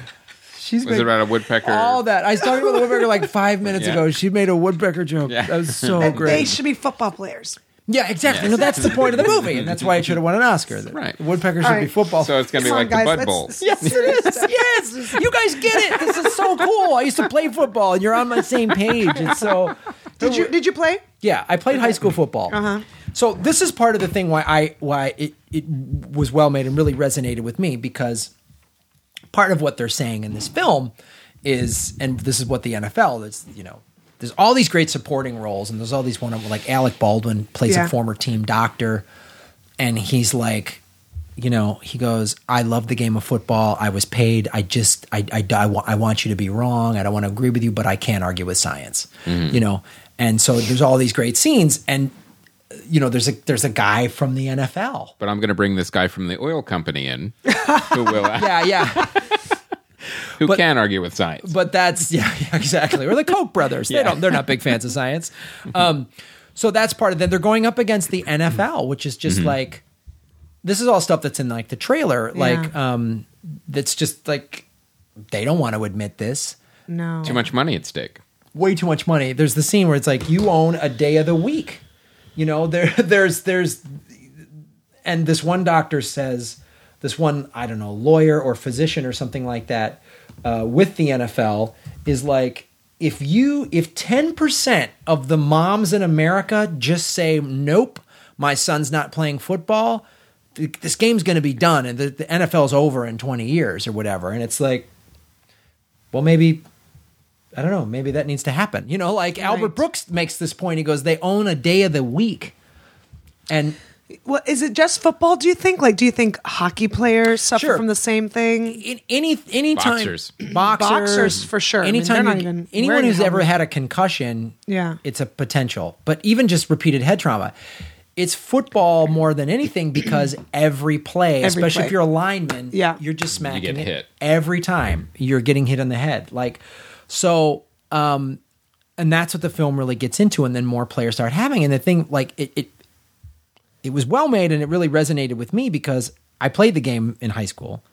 Speaker 1: She's
Speaker 3: Was it about a woodpecker?
Speaker 1: all that. I was talking about the woodpecker like five minutes
Speaker 3: Yeah.
Speaker 1: ago. She made a woodpecker joke.
Speaker 3: Yeah.
Speaker 1: That was so
Speaker 2: No, they
Speaker 1: Oh, great.
Speaker 2: should be football players.
Speaker 1: Yeah, exactly. No, that's the point of the movie, and that's why it should have won an Oscar. That
Speaker 3: Right.
Speaker 1: Woodpecker should
Speaker 2: All right.
Speaker 1: be football.
Speaker 3: So it's going to be
Speaker 2: Come on,
Speaker 3: like
Speaker 2: guys,
Speaker 3: the Bud
Speaker 2: let's-
Speaker 3: Bowl.
Speaker 1: yes, it is. Yes, you guys get it. This is so cool. I used to play football, and you're on my same page. It's so.
Speaker 2: Did you? Did you play?
Speaker 1: Yeah, I played high school football.
Speaker 2: Uh-huh.
Speaker 1: So this is part of the thing why I why it, it was well made and really resonated with me because part of what they're saying in this film is, and this is what the NFL is, you know, there's all these great supporting roles, and there's all these one like Alec Baldwin plays
Speaker 2: Yeah.
Speaker 1: a former team doctor. and he's like, you know, he goes, I love the game of football. I was paid. I just, I, I, I, wa- I want you to be wrong. I don't want to agree with you, but I can't argue with science, you know? And so there's all these great scenes and, you know, there's a, there's a guy from the NFL.
Speaker 3: But I'm going to bring this guy from the oil company in who will uh,
Speaker 1: Yeah. Yeah.
Speaker 3: who can argue with science.
Speaker 1: but that's yeah, yeah, exactly or the koch brothers they don't they're not big fans of science um, so that's part of that they're going up against the nfl which is just like this is all stuff that's in like the trailer like um that's just like they don't want to admit this
Speaker 2: No.
Speaker 3: Too much money at stake.
Speaker 1: way too much money there's the scene where it's like you own a day of the week you know there there's there's and this one doctor says this one i don't know lawyer or physician or something like that uh, with the nfl is like if you if 10% of the moms in america just say nope my son's not playing football th- this game's going to be done and the, the nfl's over in 20 years or whatever and it's like well maybe i don't know maybe that needs to happen you know like albert brooks makes this point he goes they own a day of the week and
Speaker 2: Well, is it just football? Do you think? Like, do you think hockey players suffer
Speaker 1: Sure.
Speaker 2: from the same thing?
Speaker 1: in any anytime
Speaker 3: Boxers.
Speaker 1: boxers,
Speaker 2: Boxers, for sure. I mean, they're
Speaker 1: Anytime
Speaker 2: not
Speaker 1: you-
Speaker 2: even
Speaker 1: anyone
Speaker 2: wearing
Speaker 1: who's
Speaker 2: a
Speaker 1: ever
Speaker 2: helmet.
Speaker 1: had a concussion,
Speaker 2: Yeah.
Speaker 1: it's a potential. But even just repeated head trauma, it's football more than anything because every play,
Speaker 2: Every
Speaker 1: especially
Speaker 2: play.
Speaker 1: if you're a lineman,
Speaker 2: Yeah.
Speaker 1: you're just smacking
Speaker 3: get
Speaker 1: it
Speaker 3: hit.
Speaker 1: every time. You're getting hit on the head, like so. Um, and that's what the film really gets into, and then more players start having. And the thing, like it, it it was well made and it really resonated with me because I played the game in high school.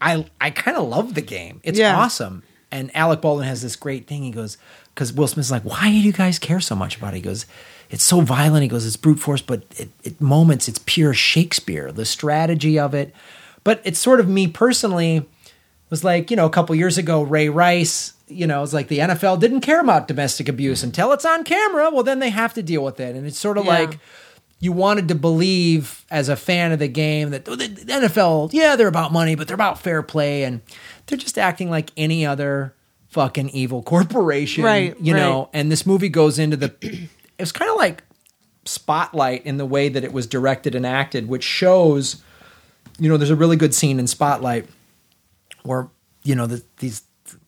Speaker 1: I I kind of love the game. It's
Speaker 2: Yeah.
Speaker 1: awesome. And Alec Baldwin has this great thing. He goes because Will Smith's like, why do you guys care so much about it? He goes, it's so violent. He goes, it's brute force, but it, it moments, it's pure Shakespeare. The strategy of it, but it's sort of me personally was like, you know, a couple years ago, Ray Rice, you know, it's like the NFL didn't care about domestic abuse until it's on camera. Well, then they have to deal with it. And it's sort of
Speaker 2: Yeah.
Speaker 1: like you wanted to believe as a fan of the game that "Oh, the the NFL, yeah, they're about money, but they're about fair play. And they're just acting like any other fucking evil corporation,
Speaker 2: Right,
Speaker 1: you
Speaker 2: right.
Speaker 1: know? And this movie goes into the, it was kind of like spotlight in the way that it was directed and acted, which shows, you know, there's a really good scene in Spotlight where you know the, these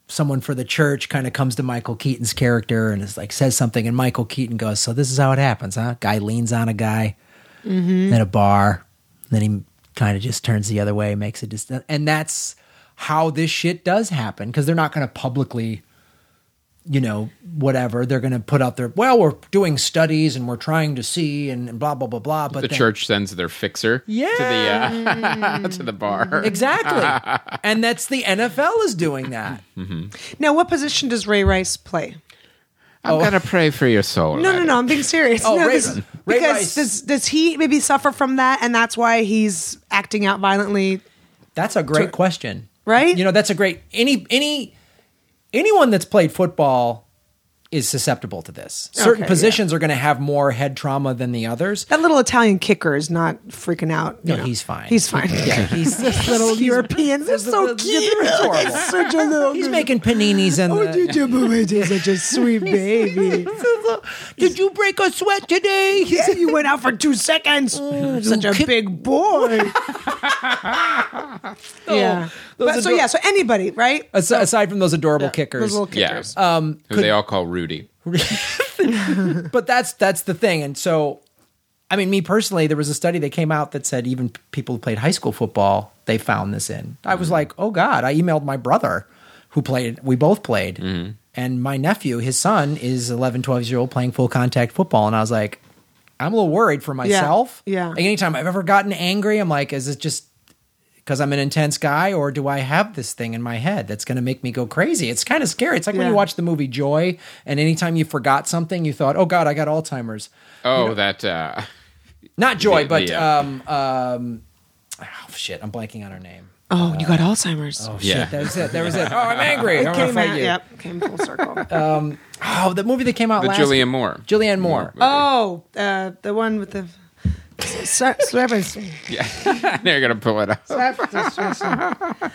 Speaker 1: someone for the church kind of comes to Michael Keaton's character and is like says something, and Michael Keaton goes, "So this is how it happens, huh?" Guy leans on a guy at a bar, then he kind of just turns the other way, makes a distance, and that's how this shit does happen because they're not going to publicly. You know, whatever they're going to put out there. Well, we're doing studies and we're trying to see and, and blah blah blah blah. But
Speaker 3: the
Speaker 1: then-
Speaker 3: church sends their fixer to the uh, to the bar.
Speaker 1: exactly, and that's the NFL is doing that.
Speaker 2: Now, what position does Ray Rice play?
Speaker 3: I'm gonna pray for your soul.
Speaker 2: No, no,
Speaker 3: Adam.
Speaker 2: no. I'm being serious.
Speaker 1: Oh,
Speaker 2: no,
Speaker 1: Ray-
Speaker 2: this-
Speaker 1: Ray
Speaker 2: because
Speaker 1: Rice.
Speaker 2: does does he maybe suffer from that, and that's why he's acting out violently?
Speaker 1: That's a great question.
Speaker 2: Right?
Speaker 1: You know, that's a great any any anyone that's played football is susceptible to this. Certain
Speaker 2: yeah.
Speaker 1: positions are going to have more head trauma than the others.
Speaker 2: That little Italian kicker is not freaking out. you
Speaker 1: No,
Speaker 2: know.
Speaker 1: he's fine.
Speaker 2: He's fine.
Speaker 1: Yeah, he's this little
Speaker 2: Europeans, they're so cute.
Speaker 1: They're adorable.
Speaker 2: Such a little.
Speaker 1: He's making paninis and
Speaker 2: Oh,
Speaker 1: the,
Speaker 2: did you such a sweet baby?
Speaker 1: Did you break a sweat today?
Speaker 2: Yeah, you went out for two seconds.
Speaker 1: Oh,
Speaker 2: such a big boy. yeah.
Speaker 1: Those
Speaker 2: But, so
Speaker 1: ador-
Speaker 2: yeah. So anybody, right?
Speaker 1: As- aside from those adorable
Speaker 2: Those
Speaker 1: kickers.
Speaker 2: little
Speaker 3: Yeah.
Speaker 2: kickers.
Speaker 1: uh,
Speaker 3: Um, who they all call Rudy.
Speaker 1: but that's that's the thing. And so I mean, me personally, there was a study that came out that said even people who played high school football, they found this in. I was like, oh God, I emailed my brother who played, we both played. And my nephew, his son, is 11, 12 years old playing full contact football. And I was like, I'm a little worried for myself.
Speaker 2: yeah.
Speaker 1: Like, anytime I've ever gotten angry, I'm like, is it just because I'm an intense guy or do I have this thing in my head that's going to make me go crazy? It's kind of scary. It's like when
Speaker 2: Yeah.
Speaker 1: you watch the movie Joy and anytime you forgot something, you thought, oh God, I got Alzheimer's
Speaker 3: Oh, that. Uh,
Speaker 1: not joy,
Speaker 3: The-
Speaker 1: but
Speaker 3: the, uh,
Speaker 1: um, um, oh shit, I'm blanking on her name.
Speaker 2: oh, you got Alzheimer's.
Speaker 1: Oh
Speaker 3: Yeah.
Speaker 1: shit, that was it. That was it. Oh, I'm angry. I'm gonna
Speaker 2: came
Speaker 1: fight
Speaker 2: out.
Speaker 1: you.
Speaker 2: Yep. Came full circle.
Speaker 1: Oh, the movie that came out
Speaker 3: the
Speaker 1: last.
Speaker 3: Julian Moore.
Speaker 1: Julianne Moore.
Speaker 2: oh, uh, the one with the. Sorry, sorry, sorry.
Speaker 3: They're gonna pull it up.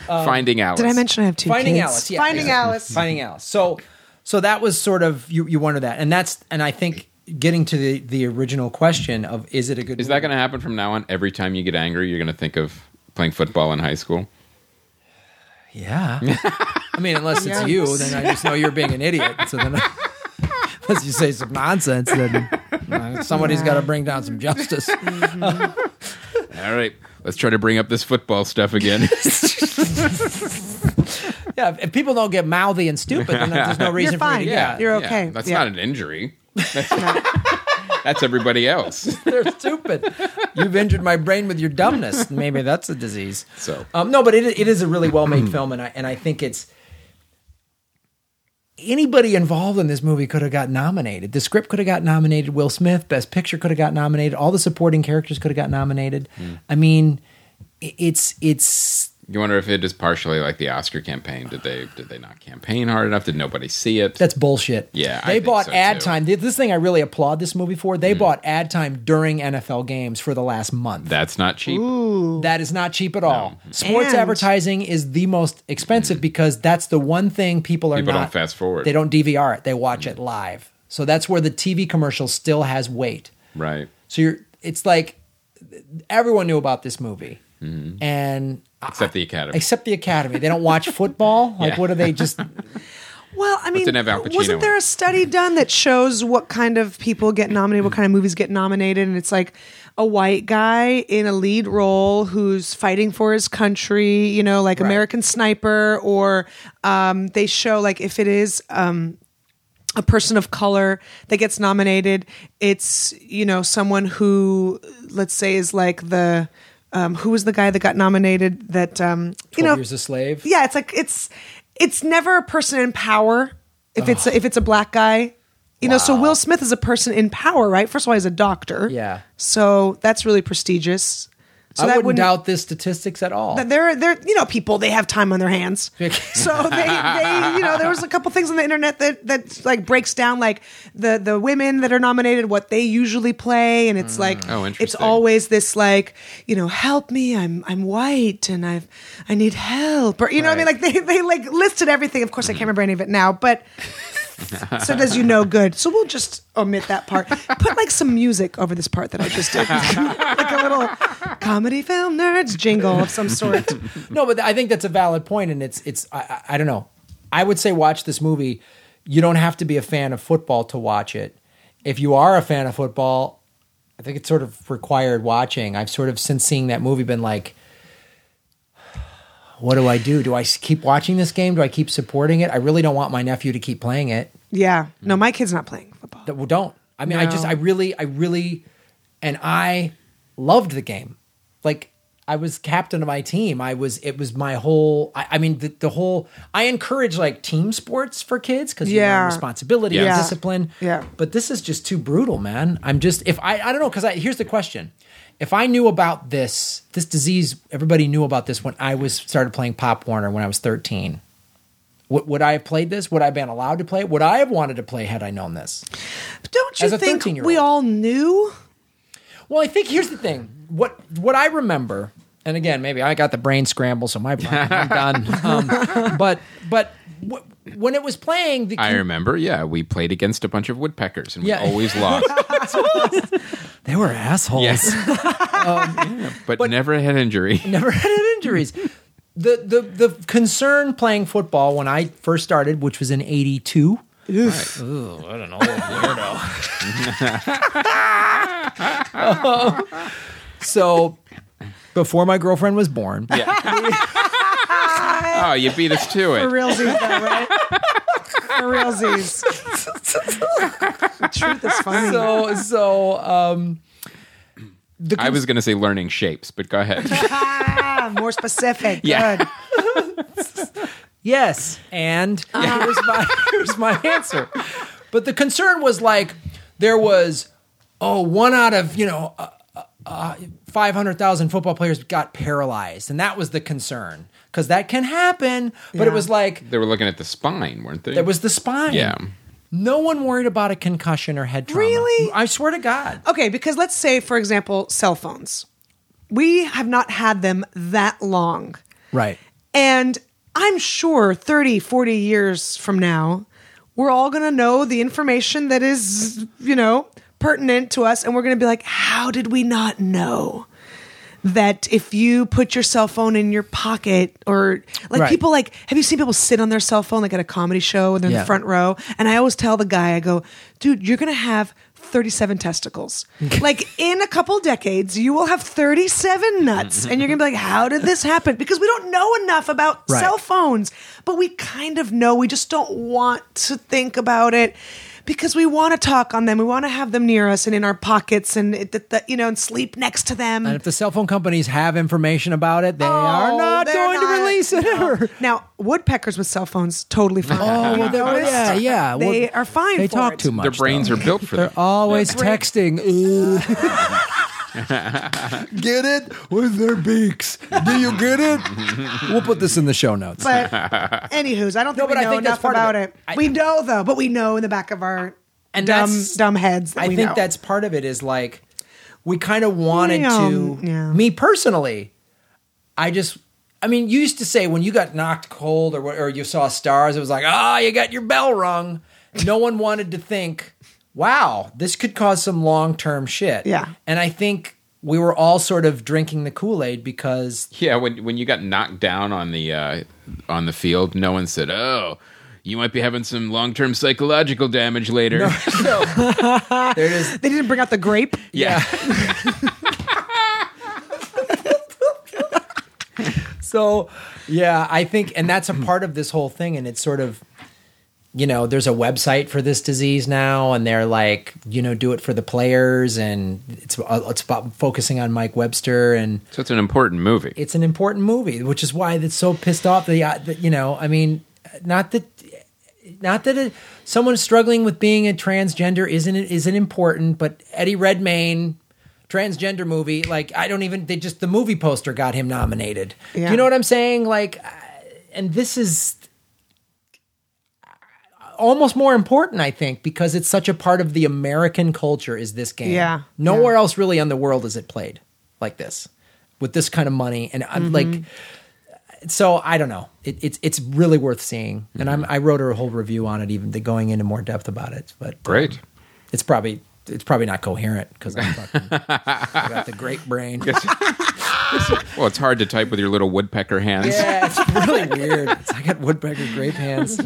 Speaker 3: Finding Alice.
Speaker 2: Did I mention I have two
Speaker 1: Finding
Speaker 2: kids?
Speaker 1: Alice, yeah.
Speaker 2: Finding
Speaker 1: Yeah.
Speaker 2: Alice.
Speaker 1: Finding Alice. So, so that was sort of you. You wonder that, and that's and I think getting to the the original question of is it a good
Speaker 3: Is that
Speaker 1: movie?
Speaker 3: going to happen from now on? Every time you get angry, you're going to think of playing football in high school.
Speaker 1: Yeah. I mean, unless it's you, then I just know you're being an idiot. So then, unless you say some nonsense, then uh, somebody's got to bring down some justice.
Speaker 3: All right, let's try to bring up this football stuff again.
Speaker 1: Yeah. If, if people don't get mouthy and stupid, then there's no reason for me
Speaker 2: fine.
Speaker 1: to
Speaker 2: Yeah.
Speaker 1: get
Speaker 2: You're okay.
Speaker 3: That's
Speaker 2: Yeah.
Speaker 3: not an injury. That's, that's everybody else.
Speaker 1: They're stupid. You've injured my brain with your dumbness. Maybe that's a disease.
Speaker 3: So.
Speaker 1: um, no, but it, it is a really well made film, and I and I think it's anybody involved in this movie could have got nominated. The script could have got nominated. Will Smith, Best Picture, could have got nominated. All the supporting characters could have got nominated.
Speaker 3: Hmm.
Speaker 1: I mean, i- it's it's
Speaker 3: You wonder if it is partially like the Oscar campaign. Did they did they not campaign hard enough? Did nobody see it?
Speaker 1: That's bullshit.
Speaker 3: Yeah, I
Speaker 1: they
Speaker 3: think
Speaker 1: bought
Speaker 3: so,
Speaker 1: ad
Speaker 3: too. Hmm.
Speaker 1: time. Th- This thing I really applaud this movie for. They bought ad time during NFL games for the last month.
Speaker 3: That's not cheap.
Speaker 1: That is not cheap at all. Sports
Speaker 2: And-
Speaker 1: advertising is the most expensive because that's the one thing people are
Speaker 3: People
Speaker 1: not.
Speaker 3: don't fast forward.
Speaker 1: They don't DVR it. They watch it live. So that's where the TV commercial still has weight.
Speaker 3: Right.
Speaker 1: So you're. It's like everyone knew about this movie,
Speaker 3: Mm-hmm.
Speaker 1: and
Speaker 3: Except the Academy.
Speaker 1: except the Academy, they don't watch football. Like,
Speaker 3: Yeah.
Speaker 1: what are they just?
Speaker 2: Well, I mean,
Speaker 3: didn't have Al Pacino
Speaker 2: wasn't there
Speaker 3: in
Speaker 2: a study done that shows what kind of people get nominated, what kind of movies get nominated? And it's like a white guy in a lead role who's fighting for his country, you know, like American Sniper, or um, they show like if it is um, a person of color that gets nominated, it's, you know, someone who, let's say, is like the. Um, who was the guy that got nominated? That um, you know,
Speaker 1: Years a slave.
Speaker 2: yeah, it's like it's it's never a person in power if it's if it's a black guy. You know, so Will Smith is a person in power, right? First of all, he's a doctor.
Speaker 1: Yeah.
Speaker 2: So that's really prestigious. So
Speaker 1: I
Speaker 2: that
Speaker 1: wouldn't, doubt this statistics at all.
Speaker 2: that they're they're you know people they have time on their hands so they, they you know there was a couple things on the internet that that like breaks down like the the women that are nominated what they usually play and
Speaker 1: Mm.
Speaker 2: it's like
Speaker 3: Oh,
Speaker 2: it's
Speaker 3: interesting.
Speaker 2: always this like you know help me I'm I'm white and I've I need help or you know what I mean like they they like listed everything of course I can't remember any of it now but so does you know good so we'll just omit that part put like some music over this part that I just did like a little comedy film nerds jingle of some sort.
Speaker 1: no, but I think that's a valid point, and it's it's I, I, I don't know. I would say watch this movie. You don't have to be a fan of football to watch it. If you are a fan of football, I think it's sort of required watching. I've sort of since seeing that movie been like, what do I do? Do I s- keep watching this game? Do I keep supporting it? I really don't want my nephew to keep playing it.
Speaker 2: Yeah. No, my kid's not playing football.
Speaker 1: That well, don't. I mean, I just,
Speaker 2: No.
Speaker 1: I really, I really, and I loved the game. Like I was captain of my team. I was, it was my whole. I, I mean, the, the whole. I encourage like team sports for kids because you
Speaker 2: Yeah.
Speaker 1: learn responsibility, and
Speaker 2: Yeah.
Speaker 1: discipline.
Speaker 2: Yeah.
Speaker 1: But this is just too brutal, man. I'm just if I, I don't know because I here's the question. If I knew about this, this disease, everybody knew about this when I was started playing Pop Warner when I was 13. Would, would I have played this? Would I have been allowed to play it? Would I have wanted to play had I known this?
Speaker 2: Don't you
Speaker 1: As a
Speaker 2: think
Speaker 1: 13-year-old.
Speaker 2: we all knew?
Speaker 1: Well, I think here's the thing. What what I remember, and again, maybe I got the brain scramble, so my brain, I'm done. Um, but but w- when it was playing, the
Speaker 3: I remember, yeah, we played against a bunch of woodpeckers and we
Speaker 1: Yeah.
Speaker 3: always lost,
Speaker 1: they were assholes.
Speaker 3: Um, but, never had injury.
Speaker 1: never had any injuries. The, the the concern playing football when I first started, which was in '82. So before my girlfriend was born,
Speaker 3: Oh, you beat us to
Speaker 2: For
Speaker 3: it.
Speaker 2: realsies, though, right? For realsies. Truth is funny.
Speaker 1: so so um, the
Speaker 3: I was going to say learning shapes, but go ahead.
Speaker 2: Ah, more specific.
Speaker 3: Yeah.
Speaker 2: Good.
Speaker 1: Yes. And
Speaker 2: Uh-huh.
Speaker 1: here's, my, here's my answer. But the concern was like, there was, oh, one out of, you know, uh, uh, uh, 500,000 football players got paralyzed. And that was the concern because that can happen. But it
Speaker 2: Yeah.
Speaker 1: was like,
Speaker 3: they were looking at the spine, weren't they?
Speaker 1: there was the spine.
Speaker 3: Yeah.
Speaker 1: No one worried about a concussion or head trauma.
Speaker 2: Really?
Speaker 1: I swear to God.
Speaker 2: Okay, because let's say, for example, cell phones. We have not had them that long.
Speaker 1: Right.
Speaker 2: And I'm sure 30, 40 years from now, we're all going to know the information that is, you know, pertinent to us. And we're going to be like, how did we not know? That if you put your cell phone in your pocket, or like
Speaker 1: Right.
Speaker 2: people like, have you seen people sit on their cell phone like at a comedy show and they're in
Speaker 1: Yeah.
Speaker 2: the front row? And I always tell the guy, I go, dude, you're gonna have 37 testicles. like in a couple decades, you will have 37
Speaker 1: Mm-hmm.
Speaker 2: nuts, and you're gonna be like, how did this happen? Because we don't know enough about
Speaker 1: Right.
Speaker 2: cell phones, but we kind of know. We just don't want to think about it because we want to talk on them. We want to have them near us and in our pockets, and it, that that, you know, and sleep next to them.
Speaker 1: And if the cell phone companies have information about it, they are
Speaker 2: Oh,
Speaker 1: not
Speaker 2: they're
Speaker 1: going
Speaker 2: not-
Speaker 1: to release it.
Speaker 2: no.
Speaker 1: Or,
Speaker 2: Now, woodpeckers with cell phones totally fine.
Speaker 1: oh, well, they're-
Speaker 2: Honest.
Speaker 1: yeah, yeah. Well,
Speaker 2: They are fine
Speaker 1: They
Speaker 2: for
Speaker 1: talk
Speaker 2: it.
Speaker 1: too much.
Speaker 3: Their brains
Speaker 1: though.
Speaker 3: are built for
Speaker 1: They're
Speaker 3: that.
Speaker 1: always texting. Ooh. get it with their beaks. Do you get it? we'll put this in the show notes.
Speaker 2: But anywho's, I don't think
Speaker 1: No,
Speaker 2: we
Speaker 1: but I
Speaker 2: know
Speaker 1: think that's
Speaker 2: enough
Speaker 1: part of
Speaker 2: about
Speaker 1: it.
Speaker 2: it.
Speaker 1: I-
Speaker 2: we know though, but we know in the back of our
Speaker 1: And
Speaker 2: dumb
Speaker 1: that's-
Speaker 2: dumb heads. That
Speaker 1: I
Speaker 2: we
Speaker 1: think
Speaker 2: know.
Speaker 1: that's part of it is like we kind of wanted
Speaker 2: Yeah,
Speaker 1: to
Speaker 2: um, yeah.
Speaker 1: me personally I just I mean you used to say when you got knocked cold or wha- or you saw stars it was like ah you got your bell rung no one wanted to think wow this could cause some long-term shit
Speaker 2: Yeah.
Speaker 1: and I think we were all sort of drinking the Kool-Aid because
Speaker 3: Yeah, when when you got knocked down on the uh, on the field, no one said, "Oh, you might be having some long term psychological damage later."
Speaker 1: there it is
Speaker 2: they didn't bring out the grape.
Speaker 3: yeah,
Speaker 1: So, yeah, I think, and that's a part of this whole thing. And it's sort of, you know, there's a website for this disease now, and they're like, you know, do it for the players, and it's uh, it's about focusing on Mike Webster, and
Speaker 3: so it's an important movie.
Speaker 1: it's an important movie, which is why that's so pissed off. That, uh, that you know, I mean, not that. Not that it, someone struggling with being a transgender isn't isn't important, but Eddie Redmayne, transgender movie, like I don't even they just the movie poster got him nominated. Do
Speaker 2: Yeah.
Speaker 1: you know what I'm saying? Like, uh, and this is almost more important, I think, because it's such a part of the American culture. Is this game?
Speaker 2: Yeah.
Speaker 1: Nowhere else really in the world is it played like this, with this kind of money. And I'm
Speaker 2: Mm-hmm.
Speaker 1: like, so I don't know. It, it's it's really worth seeing. And I'm I wrote a whole review on it, even th- going into more depth about it. But
Speaker 3: Great.
Speaker 1: it's probably it's probably not coherent because I'm fucking I got the great brain.
Speaker 3: Well, it's hard to type with your little woodpecker hands.
Speaker 1: Yeah, it's really weird. It's, I got woodpecker grape hands.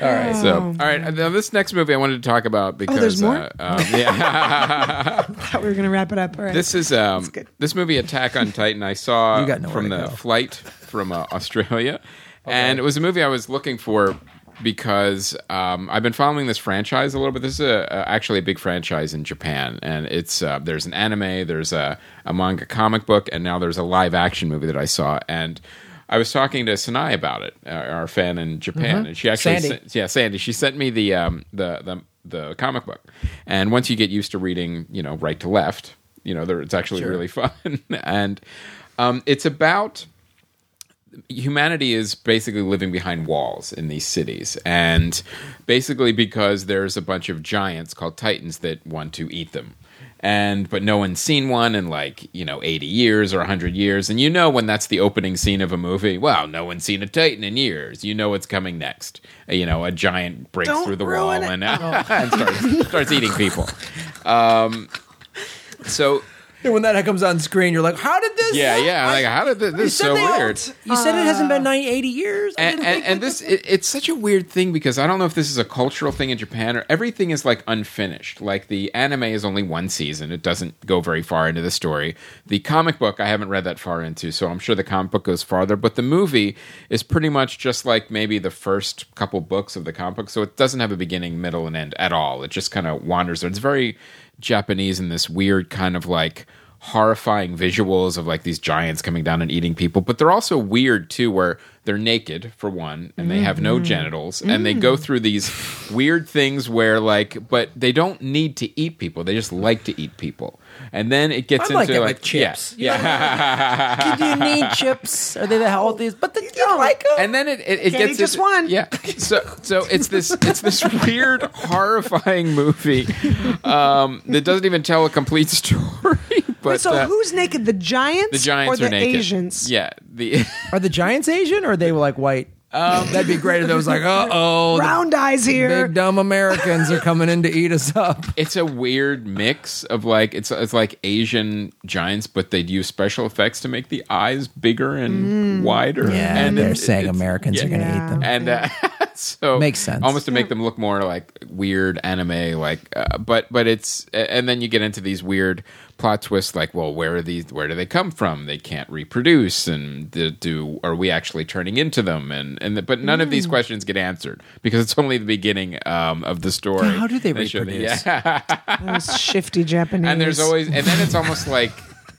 Speaker 3: All right. So, all right. uh, Now, this next movie I wanted to talk about
Speaker 1: Oh,
Speaker 3: because
Speaker 2: there's more?
Speaker 3: Uh, um, yeah,
Speaker 2: I thought we were gonna wrap it up. All right.
Speaker 3: this is um,
Speaker 2: good.
Speaker 3: this movie Attack on Titan. I saw
Speaker 1: You got nowhere
Speaker 3: from
Speaker 1: to
Speaker 3: the
Speaker 1: go.
Speaker 3: flight from uh, Australia, and it was a movie I was looking for because um, I've been following this franchise a little bit. This is a, a, actually a big franchise in Japan, and it's uh, there's an anime, there's a, a manga comic book, and now there's a live action movie that I saw and. I was talking to Sanai about it, uh, our fan in Japan, and she actually
Speaker 1: Sandy.
Speaker 3: sent- yeah, Sandy. She sent me the um, the the the comic book, and once you get used to reading, you know, right to left, you know, there, it's actually really fun, and um, it's about humanity is basically living behind walls in these cities and basically because there's a bunch of giants called titans that want to eat them and but no one's seen one in like you know 80 years or 100 years and you know when that's the opening scene of a movie well no one's seen a titan in years you know what's coming next Uh, you know a giant breaks
Speaker 2: Don't
Speaker 3: through the
Speaker 2: ruin it.
Speaker 3: wall and, and starts, starts eating people um, so
Speaker 1: And when that comes on screen, you're like, how did this?
Speaker 3: yeah yeah like how did this, this is so weird
Speaker 1: You said it hasn't been 90, 80 years. I
Speaker 3: and,
Speaker 1: didn't
Speaker 3: and,
Speaker 1: think
Speaker 3: and
Speaker 1: that
Speaker 3: this it, it's such a weird thing because i don't know if this is a cultural thing in japan or everything is like unfinished like the anime is only one season it doesn't go very far into the story the comic book i haven't read that far into so i'm sure the comic book goes farther but the movie is pretty much just like maybe the first couple books of the comic book so it doesn't have a beginning middle and end at all it just kind of wanders it's very japanese in this weird kind of like horrifying visuals of like these giants coming down and eating people, but they're also weird too, where they're naked for one and they have no genitals and they go through these weird things where like, but they don't need to eat people; they just like to eat people. And then it gets
Speaker 1: I
Speaker 3: into
Speaker 1: like it
Speaker 3: like
Speaker 1: with chips.
Speaker 3: yeah, yeah.
Speaker 1: Do you need chips? Are they the healthiest? But the, you don't like them.
Speaker 3: and then it it, it
Speaker 2: Kenny
Speaker 3: gets
Speaker 2: just
Speaker 3: into-
Speaker 2: won.
Speaker 3: Yeah. So so it's this it's this weird horrifying movie um, that doesn't even tell a complete story. But
Speaker 2: so
Speaker 3: uh,
Speaker 2: who's naked? The giants,
Speaker 3: the giants
Speaker 2: or the
Speaker 3: are naked.
Speaker 2: Asians?
Speaker 3: Yeah. The
Speaker 1: Are the Giants Asian or are they like white?
Speaker 3: Um,
Speaker 1: That'd be great if it was like, uh oh,
Speaker 2: Round eyes here.
Speaker 1: big dumb Americans are coming in to eat us up.
Speaker 3: it's a weird mix of like it's it's like Asian giants, but they'd use special effects to make the eyes bigger and wider.
Speaker 1: and they're
Speaker 3: it-
Speaker 1: saying
Speaker 3: it's-
Speaker 1: Americans are going to
Speaker 2: Yeah.
Speaker 1: eat them.
Speaker 3: and uh, so
Speaker 1: Makes sense.
Speaker 3: almost to make them look more like weird anime like uh, but but it's and then you get into these weird plot twists like well where are these where do they come from they can't reproduce and do, do are we actually turning into them and and the, but none of these questions get answered because it's only the beginning um, of the story
Speaker 1: How do they
Speaker 3: show the-
Speaker 1: reproduce?
Speaker 3: yeah.
Speaker 2: Those shifty Japanese.
Speaker 3: and there's always and then it's almost like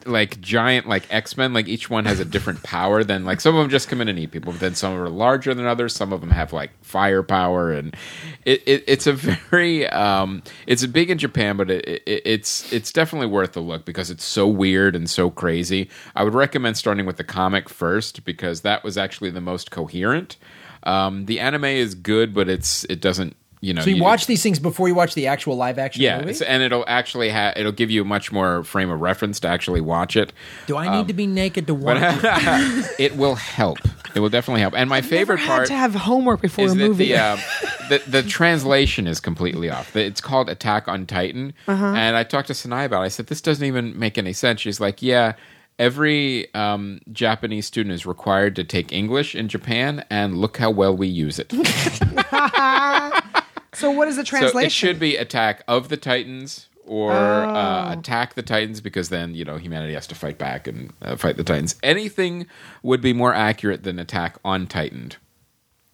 Speaker 3: like giant like x-men like each one has a different power than like some of them just come in and eat people but then some are larger than others some of them have like firepower and it, it it's a very um it's big in japan but it, it it's it's definitely worth a look because it's so weird and so crazy i would recommend starting with the comic first because that was actually the most coherent um the anime is good but it's it doesn't you know
Speaker 1: So you watch these things before you watch the actual live action
Speaker 3: yeah,
Speaker 1: movie?
Speaker 3: it's- uh, and it'll actually ha- it'll give you a much more frame of reference to actually watch it.
Speaker 1: Do I
Speaker 3: um,
Speaker 1: need to be naked to watch it?
Speaker 3: It will help. It will definitely help. And my
Speaker 2: never
Speaker 3: favorite
Speaker 2: had
Speaker 3: part
Speaker 2: to have homework before
Speaker 3: is
Speaker 2: a
Speaker 3: that
Speaker 2: movie.
Speaker 3: the, uh, the the translation is completely off. The- It's called Attack on Titan,
Speaker 2: Uh-huh.
Speaker 3: and I talked to Sanai about. it. I said this doesn't even make any sense. She's like, yeah. Every um, Japanese student is required to take English in Japan, and look how well we use it.
Speaker 2: so what is the
Speaker 3: So it
Speaker 2: translation?
Speaker 3: should be attack of the Titans or uh,
Speaker 2: Oh.
Speaker 3: attack the Titans because then you know humanity has to fight back and uh, fight the Titans. Anything would be more accurate than attack on Titan.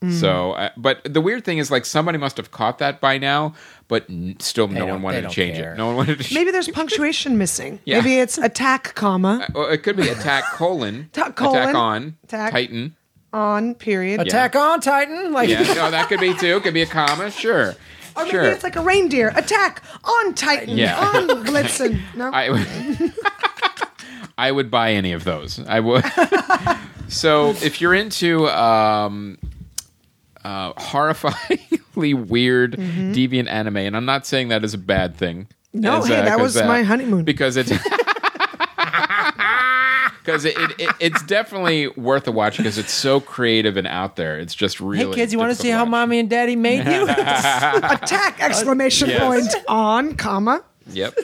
Speaker 2: Mm.
Speaker 3: So, uh, but the weird thing is, like, somebody must have caught that by now, but n- still, no
Speaker 1: don't-
Speaker 3: one
Speaker 1: they
Speaker 3: wanted to
Speaker 1: don't
Speaker 3: change
Speaker 1: care.
Speaker 3: it. No one wanted to. sh-
Speaker 2: Maybe there's punctuation missing.
Speaker 3: Yeah.
Speaker 2: Maybe it's attack, comma,
Speaker 3: Well, oh, it could be attack colon
Speaker 2: Attack colon,
Speaker 3: on
Speaker 2: attack-
Speaker 3: Titan.
Speaker 2: on, period.
Speaker 1: Attack on Titan? Like
Speaker 3: Yeah, no, that could be too. It could be a comma. Sure,
Speaker 2: Or maybe
Speaker 3: sure.
Speaker 2: it's like a reindeer. Attack on Titan.
Speaker 3: Yeah.
Speaker 2: On Blitzen. No.
Speaker 3: I would, I would buy any of those. I would. so if you're into um, uh, horrifyingly weird deviant anime, and I'm not saying that is a bad thing.
Speaker 2: Mm-hmm. No,
Speaker 3: It's,
Speaker 2: hey, that
Speaker 3: 'cause, uh,
Speaker 2: was my honeymoon.
Speaker 3: because it's. Because it, it, it- it's definitely worth a watch because it's so creative and out there. It's just really.
Speaker 1: Hey kids, you want to
Speaker 3: difficult
Speaker 1: see how
Speaker 3: watch.
Speaker 1: mommy and daddy made you?
Speaker 2: attack exclamation
Speaker 3: Uh, Yes.
Speaker 2: point on comma
Speaker 3: Yep.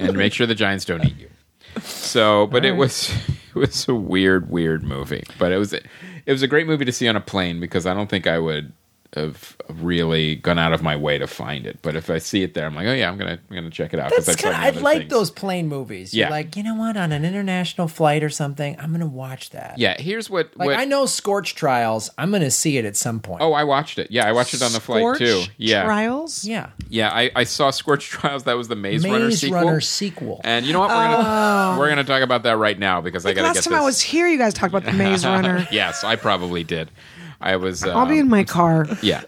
Speaker 3: and make sure the Giants don't eat you. So, but it was it was a weird, weird movie. But it was it was a great movie to see on a plane because I don't think I would have really gone out of my way to find it. But if I see it there, I'm like, oh yeah, I'm gonna I'm gonna check it out. 'cause
Speaker 1: That's
Speaker 3: I've seen
Speaker 1: kind of, I
Speaker 3: other
Speaker 1: like
Speaker 3: things.
Speaker 1: those plane movies.
Speaker 3: Yeah.
Speaker 1: You're like, you know what? On an international flight or something, I'm going to watch that.
Speaker 3: Yeah, here's what.
Speaker 1: Like,
Speaker 3: what
Speaker 1: I know Scorch Trials. I'm going to see it at some point.
Speaker 3: Oh, I watched it. Yeah, I watched it on the flight
Speaker 2: Scorch
Speaker 3: too. Yeah,
Speaker 2: trials
Speaker 1: yeah.
Speaker 3: yeah. I, I saw Scorch Trials. That was the Maze, Runner
Speaker 1: Maze
Speaker 3: sequel.
Speaker 1: Runner Oh. sequel.
Speaker 3: and you know what? We're gonna we're gonna talk about that right now because I gotta
Speaker 2: last
Speaker 3: get
Speaker 2: time
Speaker 3: this.
Speaker 2: i was here you guys talked about the maze runner
Speaker 3: yes, I probably did. I was. Um,
Speaker 2: i'll be in my car
Speaker 3: Yeah.